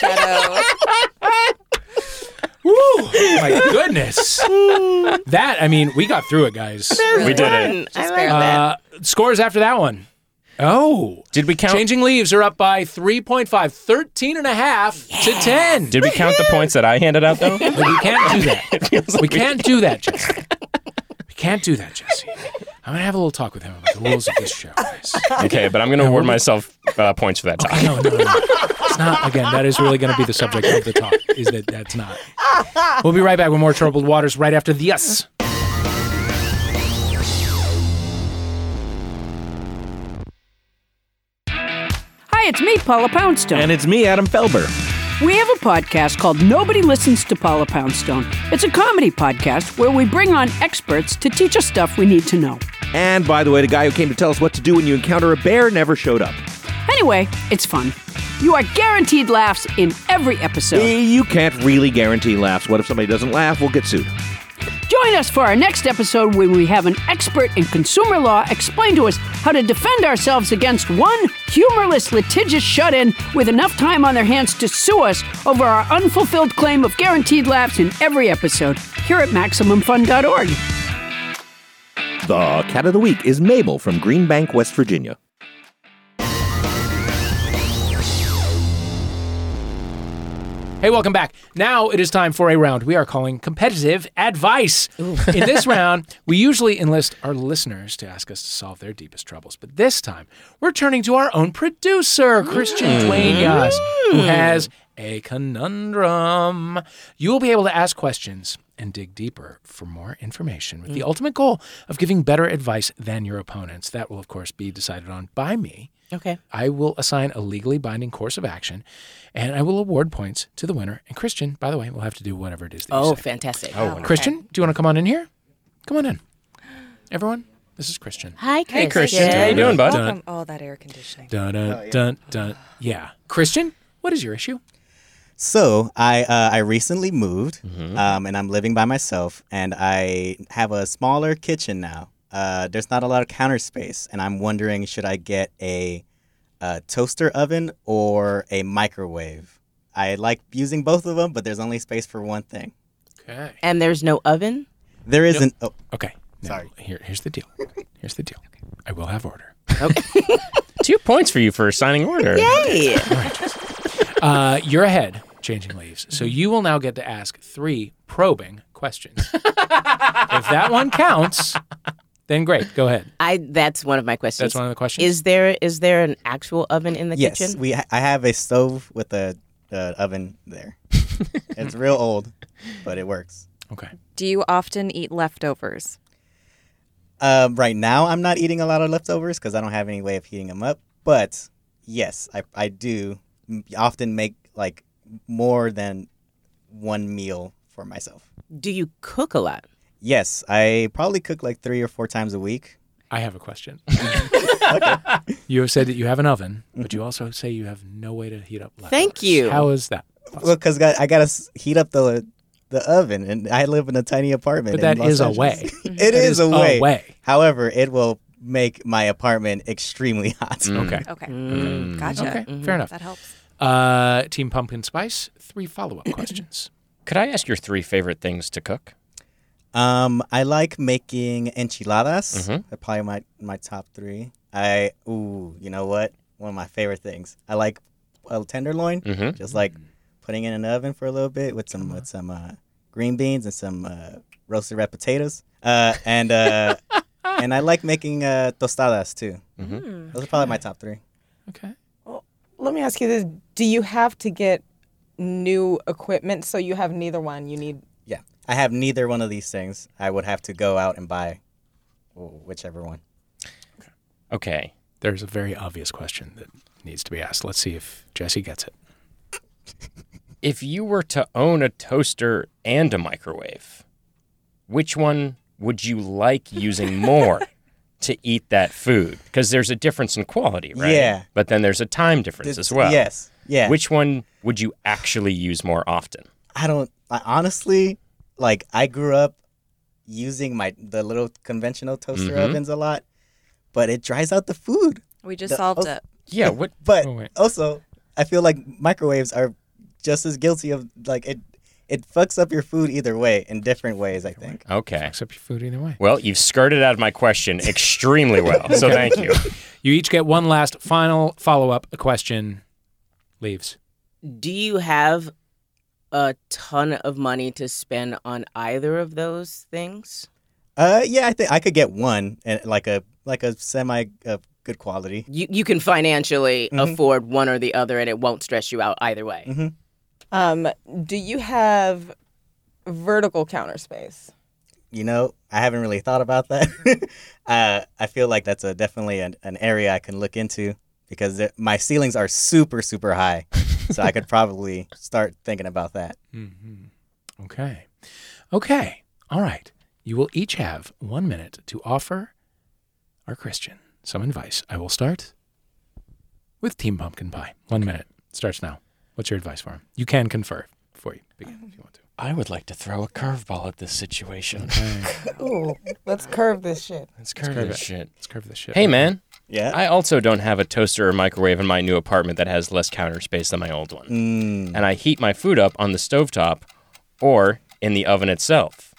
Speaker 1: My goodness. that I mean, we got through it, guys.
Speaker 3: We did it.
Speaker 2: I like that.
Speaker 1: Uh, scores after that one. Oh.
Speaker 3: Did we count?
Speaker 1: Changing Leaves are up by 3.5, 13 and a half to 10.
Speaker 3: Did we count the points that I handed out though?
Speaker 1: But we can't do that.
Speaker 3: Feels like
Speaker 1: we can't do that, Jesse. We can't do that, Jesse. I'm going to have a little talk with him about the rules of this show.
Speaker 3: Okay, but I'm going to award myself uh, points for that talk.
Speaker 1: No, no, no. It's not, again, that is really going to be the subject of the talk, is that that's not. We'll be right back with more Troubled Waters right after this.
Speaker 17: Hi, it's me, Paula Poundstone.
Speaker 18: And it's me, Adam Felber.
Speaker 17: We have a podcast called Nobody Listens to Paula Poundstone. It's a comedy podcast where we bring on experts to teach us stuff we need to know.
Speaker 18: And by the way, the guy who came to tell us what to do when you encounter a bear never showed up.
Speaker 17: Anyway, it's fun. You are guaranteed laughs in every episode.
Speaker 18: Eh, You can't really guarantee laughs. What if somebody doesn't laugh? We'll get sued.
Speaker 17: Join us for our next episode when we have an expert in consumer law explain to us how to defend ourselves against one humorless litigious shut in with enough time on their hands to sue us over our unfulfilled claim of guaranteed laughs in every episode here at MaximumFun.org.
Speaker 18: The Uh, cat of the week is Mabel from Green Bank, West Virginia.
Speaker 1: Hey, welcome back. Now it is time for a round we are calling competitive advice. In this round, we usually enlist our listeners to ask us to solve their deepest troubles, but this time we're turning to our own producer, Christian
Speaker 6: Mm.
Speaker 1: Duenas, who
Speaker 6: Mm.
Speaker 1: has a conundrum. You will be able to ask questions and dig deeper for more information with the
Speaker 6: Mm.
Speaker 1: ultimate goal of giving better advice than your opponents. That will, of course, be decided on by me.
Speaker 2: Okay.
Speaker 1: I will assign a legally binding course of action, and I will award points to the winner. And Christian, by the way, will have to do whatever it is that you
Speaker 2: Oh,
Speaker 1: say.
Speaker 2: fantastic.
Speaker 1: Christian, do you want to come on in here? Come on in. Everyone, this is Christian. Hey,
Speaker 2: Hi, Hey,
Speaker 1: Christian.
Speaker 2: Christian. Christian. How you doing, bud?
Speaker 1: Dun,
Speaker 4: Oh, that air conditioning.
Speaker 1: dun, dun,
Speaker 2: Oh,
Speaker 1: dun, dun. Yeah. Christian, what is your issue?
Speaker 19: So I uh, I recently moved, um, and I'm living by myself, and I have a smaller kitchen now. Uh, there's not a lot of counter space, and I'm wondering should I get a, a toaster oven or a microwave? I like using both of them, but there's only space for one thing.
Speaker 1: Okay.
Speaker 2: And there's no oven?
Speaker 19: There
Speaker 2: Nope.
Speaker 19: isn't. Oh.
Speaker 1: Okay.
Speaker 19: Sorry.
Speaker 1: Here, here's the deal. Here's the deal. I will have order.
Speaker 3: Two points for you for signing order.
Speaker 2: Yay!
Speaker 1: Uh, you're ahead, changing leaves. So
Speaker 2: Mm-hmm.
Speaker 1: you will now get to ask three probing questions. if that one counts, then great. Go ahead.
Speaker 2: I that's one of my questions.
Speaker 1: That's one of the questions.
Speaker 2: Is there is there an actual oven in the
Speaker 19: yes,
Speaker 2: kitchen?
Speaker 19: we. Ha- I have a stove with a uh, oven there. it's real old, but it works.
Speaker 1: Okay.
Speaker 4: Do you often eat leftovers?
Speaker 19: Um, right now, I'm not eating a lot of leftovers because I don't have any way of heating them up. But yes, I, I do m- often make like more than one meal for myself.
Speaker 2: Do you cook a lot?
Speaker 19: Yes, I probably cook like three or four times a week.
Speaker 1: I have a question. You have said that you have an oven, but
Speaker 3: Mm-hmm.
Speaker 1: you also say you have no way to heat up leftovers.
Speaker 19: Thank you.
Speaker 1: How is that?
Speaker 19: Well, because I gotta s- heat up the the oven, and I live in a tiny apartment.
Speaker 1: But that
Speaker 19: in Los
Speaker 1: is a
Speaker 19: Angeles.
Speaker 1: way.
Speaker 19: it
Speaker 1: That
Speaker 19: is,
Speaker 1: is
Speaker 19: a
Speaker 1: a
Speaker 19: way.
Speaker 1: way.
Speaker 19: However, it will make my apartment extremely hot.
Speaker 1: Okay.
Speaker 4: Okay.
Speaker 1: Mm.
Speaker 4: Gotcha.
Speaker 1: Okay.
Speaker 4: Mhm.
Speaker 1: Fair enough.
Speaker 4: That helps.
Speaker 1: Uh, Team Pumpkin Spice, three follow up questions.
Speaker 3: Could I ask your three favorite things to cook?
Speaker 19: Um, I like making enchiladas.
Speaker 3: Mhm.
Speaker 19: They're probably my my top three. I ooh, you know what? One of my favorite things. I like a tenderloin,
Speaker 3: Mhm.
Speaker 19: just like putting it in an oven for a little bit with some with some uh, green beans and some uh, roasted red potatoes. Uh, and uh, and I like making uh, tostadas too.
Speaker 3: Mm-hmm.
Speaker 5: Mm.
Speaker 19: Those are probably my top three.
Speaker 5: Let me ask you this: Do you have to get new equipment? So you have neither one. You need.
Speaker 19: Yeah, I have neither one of these things. I would have to go out and buy whichever one.
Speaker 3: Okay.
Speaker 1: There's a very obvious question that needs to be asked. Let's see if Jesse gets it.
Speaker 3: If you were to own a toaster and a microwave, which one would you like using more to eat that food? Because there's a difference in quality, right?
Speaker 19: Yeah.
Speaker 3: But then there's a time difference
Speaker 19: It's-
Speaker 3: as well.
Speaker 19: yes, yeah.
Speaker 3: Which one would you actually use more often?
Speaker 19: I don't. I honestly, like, I grew up using my the little conventional toaster
Speaker 3: Mhm.
Speaker 19: ovens a lot, but it dries out the food.
Speaker 4: We just solved
Speaker 19: oh,
Speaker 4: it.
Speaker 3: Yeah, what-
Speaker 19: But
Speaker 3: oh, wait.
Speaker 19: also, I feel like microwaves are just as guilty of like it. It fucks up your food either way in different ways. I think.
Speaker 3: Okay.
Speaker 1: Except your food either way.
Speaker 3: Well, you've skirted out of my question extremely well. So
Speaker 1: Okay.
Speaker 3: thank you.
Speaker 1: You each get one last final follow up question. Leaves.
Speaker 2: Do you have a ton of money to spend on either of those things?
Speaker 19: Uh, yeah, I think I could get one and like a like a semi uh, good quality.
Speaker 2: You you can financially
Speaker 19: Mhm.
Speaker 2: afford one or the other and it won't stress you out either way.
Speaker 19: Mm-hmm.
Speaker 5: Um, do you have vertical counter space?
Speaker 19: you know, I haven't really thought about that. uh, I feel like that's a definitely an, an area I can look into because the- my ceilings are super, super high. so I could probably start thinking about that.
Speaker 1: Okay. Okay. All right. You will each have one minute to offer our Christian some advice. I will start with Team Pumpkin Pie. One minute. Starts now. What's your advice for him? You can confer before you begin if you want to.
Speaker 3: I would like to throw a curveball at this situation.
Speaker 5: Ooh, let's curve this shit.
Speaker 3: Let's
Speaker 1: curve curve this it. shit. Let's curve this shit.
Speaker 3: Hey, man.
Speaker 19: Yeah.
Speaker 3: I also don't have a toaster or microwave in my new apartment that has less counter space than my old one. And I heat my food up on the stovetop or in the oven itself.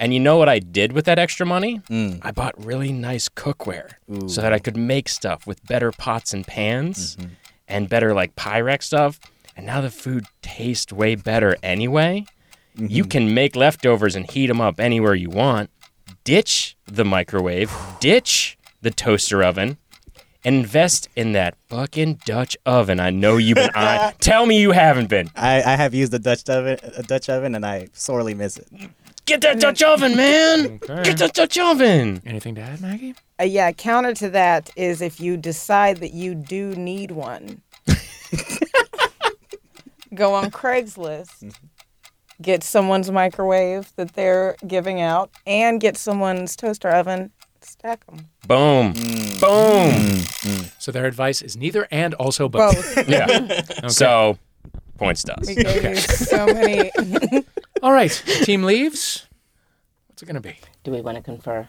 Speaker 3: And you know what I did with that extra money? I bought really nice cookware so that I could make stuff with better pots and pans and better like Pyrex stuff. and now the food tastes way better anyway. You can make leftovers and heat them up anywhere you want. Ditch the microwave, ditch the toaster oven, invest in that fucking Dutch oven. I know you've been on. Tell me you haven't been.
Speaker 19: I, I have used a Dutch oven, a Dutch oven, and I sorely miss it.
Speaker 3: Get that Dutch oven, man. Get that Dutch oven.
Speaker 1: Anything to add, Maggie?
Speaker 5: Uh, yeah, counter to that is if you decide that you do need one, go on Craigslist, get someone's microwave that they're giving out, and get someone's toaster oven, stack them.
Speaker 3: Boom. Boom.
Speaker 1: So their advice is neither and also both.
Speaker 5: Both.
Speaker 3: Yeah. So, points to us.
Speaker 5: We gave you so many.
Speaker 1: All right, team leaves. What's it gonna be?
Speaker 2: Do we want to confer?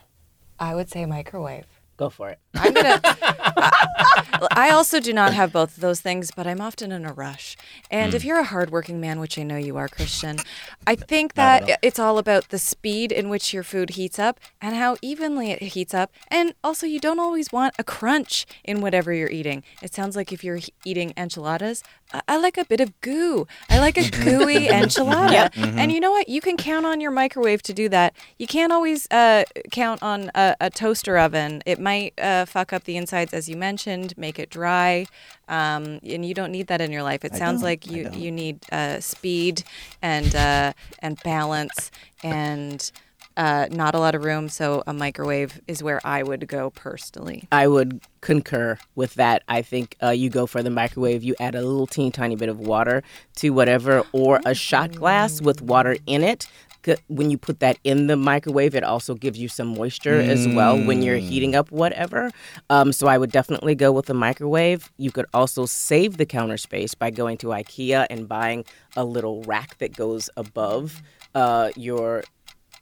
Speaker 4: I would say microwave.
Speaker 2: Go for it.
Speaker 4: I'm gonna. I, I also do not have both of those things, but I'm often in a rush. And
Speaker 19: Hmm.
Speaker 4: if you're a hardworking man, which I know you are, Christian, I think
Speaker 19: Not at
Speaker 4: that it's all about the speed in which your food heats up and how evenly it heats up. And also, you don't always want a crunch in whatever you're eating. It sounds like if you're he- eating enchiladas, I, I like a bit of goo. I like a gooey enchilada.
Speaker 14: Yep.
Speaker 19: Mm-hmm.
Speaker 4: And you know what? You can count on your microwave to do that. You can't always uh, count on a, a toaster oven. It might uh, fuck up the insides, as you mentioned, make it dry, um, and you don't need that in your life. It
Speaker 19: I
Speaker 4: sounds
Speaker 19: don't.
Speaker 4: like you you need uh, speed and uh, and balance and. Uh, not a lot of room, so a microwave is where I would go personally.
Speaker 2: I would concur with that. I think uh, you go for the microwave. You add a little teeny tiny bit of water to whatever, or a shot glass with water in it. C- When you put that in the microwave, it also gives you some moisture as well when you're
Speaker 17: Mm.
Speaker 2: heating up whatever. Um, so I would definitely go with the microwave. You could also save the counter space by going to IKEA and buying a little rack that goes above uh, your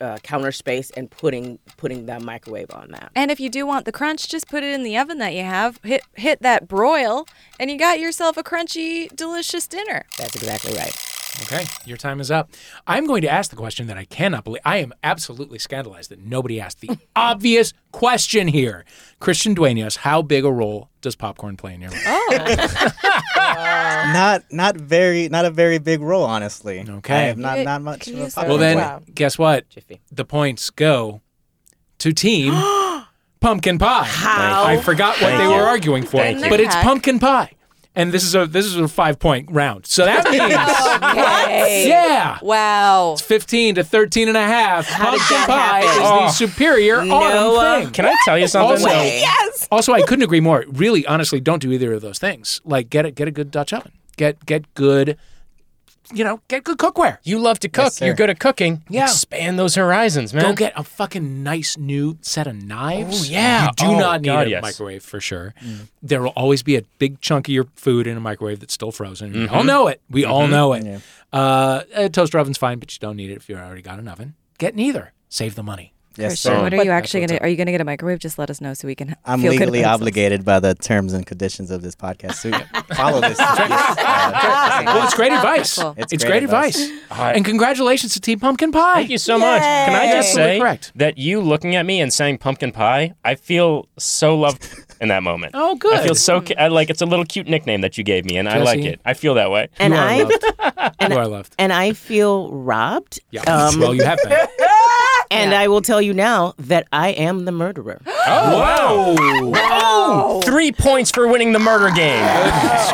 Speaker 2: uh, counter space and putting putting that microwave on that.
Speaker 4: And if you do want the crunch, just put it in the oven that you have. Hit hit that broil, and you got yourself a crunchy, delicious dinner.
Speaker 2: That's exactly right.
Speaker 1: Okay, your time is up. I'm going to ask the question that I cannot believe. I am absolutely scandalized that nobody asked the obvious question here. Christian Duenas, how big a role does popcorn play in your life?
Speaker 19: not not very not a very big role, honestly.
Speaker 1: Okay.
Speaker 19: I have not not much. Of a popcorn
Speaker 1: Well, then,
Speaker 19: player.
Speaker 1: guess what? The points go to team pumpkin pie.
Speaker 19: How?
Speaker 1: I forgot what
Speaker 19: Thank
Speaker 1: they
Speaker 19: you.
Speaker 1: were arguing for,
Speaker 19: Thank you.
Speaker 1: but it's
Speaker 19: Heck.
Speaker 1: pumpkin pie. And this is a this is a five point round. So that means
Speaker 4: Okay.
Speaker 1: Yeah.
Speaker 4: Wow.
Speaker 1: it's 15 to 13 and a half.
Speaker 4: did
Speaker 1: pumpkin
Speaker 4: that
Speaker 1: pie
Speaker 4: happen?
Speaker 1: is
Speaker 4: Oh.
Speaker 1: the superior
Speaker 4: No, uh,
Speaker 1: autumn thing.
Speaker 3: Can I tell you something?
Speaker 1: Also,
Speaker 3: Wait.
Speaker 1: also, I couldn't agree more. Really, honestly, don't do either of those things. Like get a, get a good Dutch oven. Get get good you know, get good cookware.
Speaker 3: You love to cook. You're good at cooking.
Speaker 1: Yeah.
Speaker 3: Expand those horizons, man.
Speaker 1: Go get a fucking nice new set of knives.
Speaker 3: Oh, yeah.
Speaker 1: You do
Speaker 3: Oh,
Speaker 1: not need
Speaker 3: God,
Speaker 1: a
Speaker 3: yes. Mm.
Speaker 1: microwave for sure. There will always be a big chunk of your food in a microwave that's still frozen. We all
Speaker 3: Mhm.
Speaker 1: know it. We all
Speaker 3: Mhm.
Speaker 1: know it. Uh, a toaster oven's fine, but you don't need it if you already got an oven. Get neither. Save the money.
Speaker 4: Christian, what are you actually gonna? Are you gonna get a microwave? Just let us know so we can.
Speaker 19: I'm
Speaker 4: feel good
Speaker 19: legally
Speaker 4: about ourselves.
Speaker 19: obligated by the terms and conditions of this podcast. So follow this.
Speaker 1: well, it's great advice.
Speaker 19: Cool.
Speaker 1: It's, great, advice. And congratulations to Team Pumpkin Pie.
Speaker 3: Thank you so much. Can I just
Speaker 1: Absolutely
Speaker 3: say
Speaker 1: correct.
Speaker 3: that you looking at me and saying pumpkin pie, I feel so loved in that moment.
Speaker 1: Oh, good.
Speaker 3: I feel so cu- I, like it's a little cute nickname that you gave me, and I like
Speaker 1: Jesse.
Speaker 3: it. I feel that way.
Speaker 2: And I
Speaker 1: you are loved.
Speaker 2: and I feel robbed. Um,
Speaker 1: Yeah. Well, you have been.
Speaker 2: And I will tell you now that I am the murderer.
Speaker 3: Oh, wow. Three points for winning the murder game.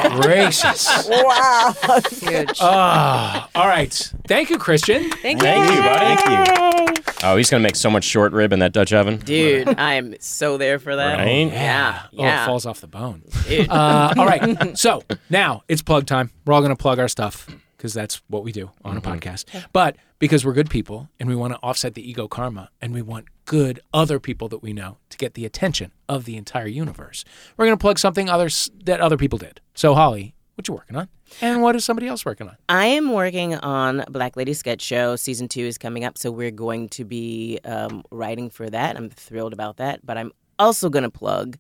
Speaker 1: Goodness gracious.
Speaker 2: Wow.
Speaker 1: Ah, all right. Thank you, Christian.
Speaker 4: Thank
Speaker 3: you. Thank you, buddy. Thank you. Oh, he's gonna make so much short rib in that Dutch oven.
Speaker 2: Dude, I am so there for that.
Speaker 3: Right?
Speaker 2: Yeah.
Speaker 1: Oh,
Speaker 2: yeah.
Speaker 1: it falls off the bone.
Speaker 2: Dude.
Speaker 1: Uh, all right. So now it's plug time. We're all going to plug our stuff because that's what we do on
Speaker 2: Mm-hmm.
Speaker 1: a podcast. But because we're good people and we want to offset the ego karma and we want good other people that we know to get the attention of the entire universe, we're going to plug something others that other people did. So Holly, what you working on? And what is somebody else working on?
Speaker 2: I am working on Black Lady Sketch Show. Season two is coming up, so we're going to be um, writing for that. I'm thrilled about that. But I'm also going to plug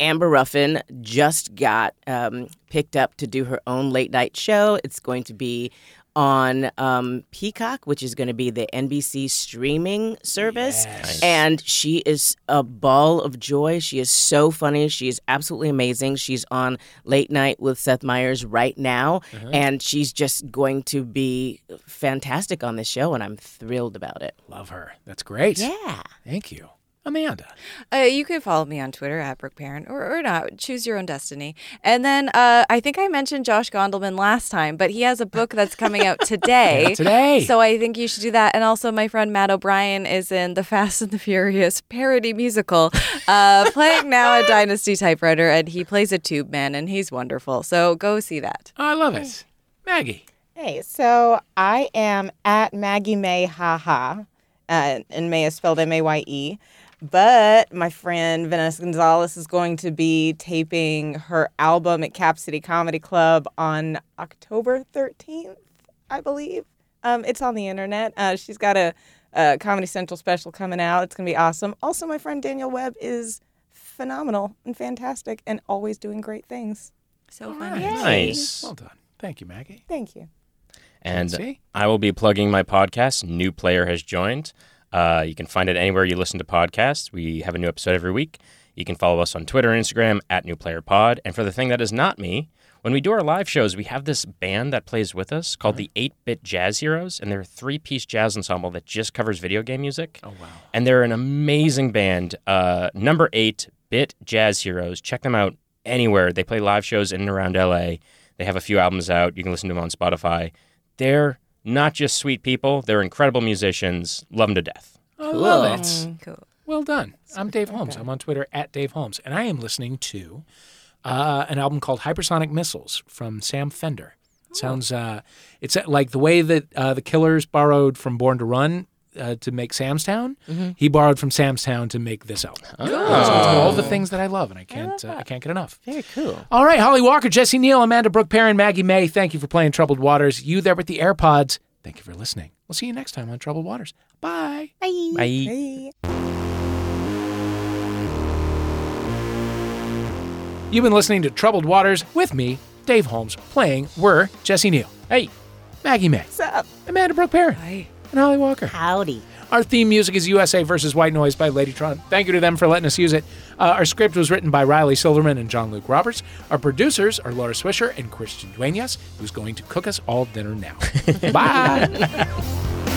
Speaker 2: Amber Ruffin just got um, picked up to do her own late night show. It's going to be on um, Peacock, which is going to be the NBC streaming service. And she is a ball of joy. She is so funny. She is absolutely amazing. She's on Late Night with Seth Meyers right now.
Speaker 20: Uh-huh.
Speaker 2: And she's just going to be fantastic on this show. And I'm thrilled about it.
Speaker 1: Love her. That's great.
Speaker 2: Yeah.
Speaker 1: Thank you. Amanda.
Speaker 4: Uh, you can follow me on Twitter at Brooke Parent or, or not. Choose your own destiny. And then uh, I think I mentioned Josh Gondelman last time, but he has a book that's coming out today.
Speaker 1: Yeah, today.
Speaker 4: So I think you should do that. And also, my friend Matt O'Brien is in the Fast and the Furious parody musical, uh, playing now a Dynasty typewriter, and he plays a tube man, and he's wonderful. So go see that.
Speaker 1: I love it. Maggie.
Speaker 5: Hey, so I am at Maggie May Haha, uh, and May is spelled M A Y E. But my friend Vanessa Gonzalez is going to be taping her album at Cap City Comedy Club on October 13th, I believe. Um, it's on the internet. Uh, she's got a, a Comedy Central special coming out. It's going to be awesome. Also, my friend Daniel Webb is phenomenal and fantastic and always doing great things.
Speaker 4: So
Speaker 5: funny.
Speaker 3: Nice.
Speaker 1: Well done. Thank you, Maggie.
Speaker 5: Thank you.
Speaker 3: And
Speaker 1: See?
Speaker 3: I will be plugging my podcast. New player has joined. Uh, you can find it anywhere you listen to podcasts. We have a new episode every week. You can follow us on Twitter and Instagram at New Player Pod. And for the thing that is not me, when we do our live shows, we have this band that plays with us called the 8 Bit Jazz Heroes. And they're a three piece jazz ensemble that just covers video game music. Oh, wow. And they're an amazing band. Uh, number 8 Bit Jazz Heroes. Check them out anywhere. They play live shows in and around LA. They have a few albums out. You can listen to them on Spotify. They're not just sweet people, they're incredible musicians. Love them to death.
Speaker 1: I love it. Well done. I'm Dave Holmes. I'm on Twitter at Dave Holmes, and I am listening to uh, an album called Hypersonic Missiles from Sam Fender. It sounds uh, it's uh, like the way that uh, the Killers borrowed from Born to Run. Uh, to make Sam's Town,
Speaker 21: Mhm.
Speaker 1: he borrowed from Sam's Town to make this album.
Speaker 21: Oh.
Speaker 1: So it's all the things that I love, and I can't, uh, I can't get enough.
Speaker 2: Very cool.
Speaker 1: All right, Holly Walker, Jesse Neal, Amanda Brooke Perrin, Maggie May. Thank you for playing Troubled Waters. You there with the AirPods. Thank you for listening. We'll see you next time on Troubled Waters. Bye.
Speaker 21: Bye.
Speaker 1: Bye. You've been listening to Troubled Waters with me, Dave Holmes, playing We're Jesse Neal. Hey. Maggie May. What's
Speaker 5: up?
Speaker 1: Amanda Brooke Perrin. Hi. And Holly Walker.
Speaker 2: Howdy.
Speaker 1: Our theme music is USA versus White Noise by Ladytron. Thank you to them for letting us use it. Uh, our script was written by Riley Silverman and John Luke Roberts. Our producers are Laura Swisher and Christian Duenas, who's going to cook us all dinner now. Bye.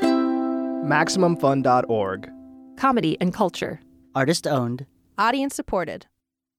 Speaker 22: MaximumFun.org. Comedy and culture. Artist owned.
Speaker 6: Audience supported.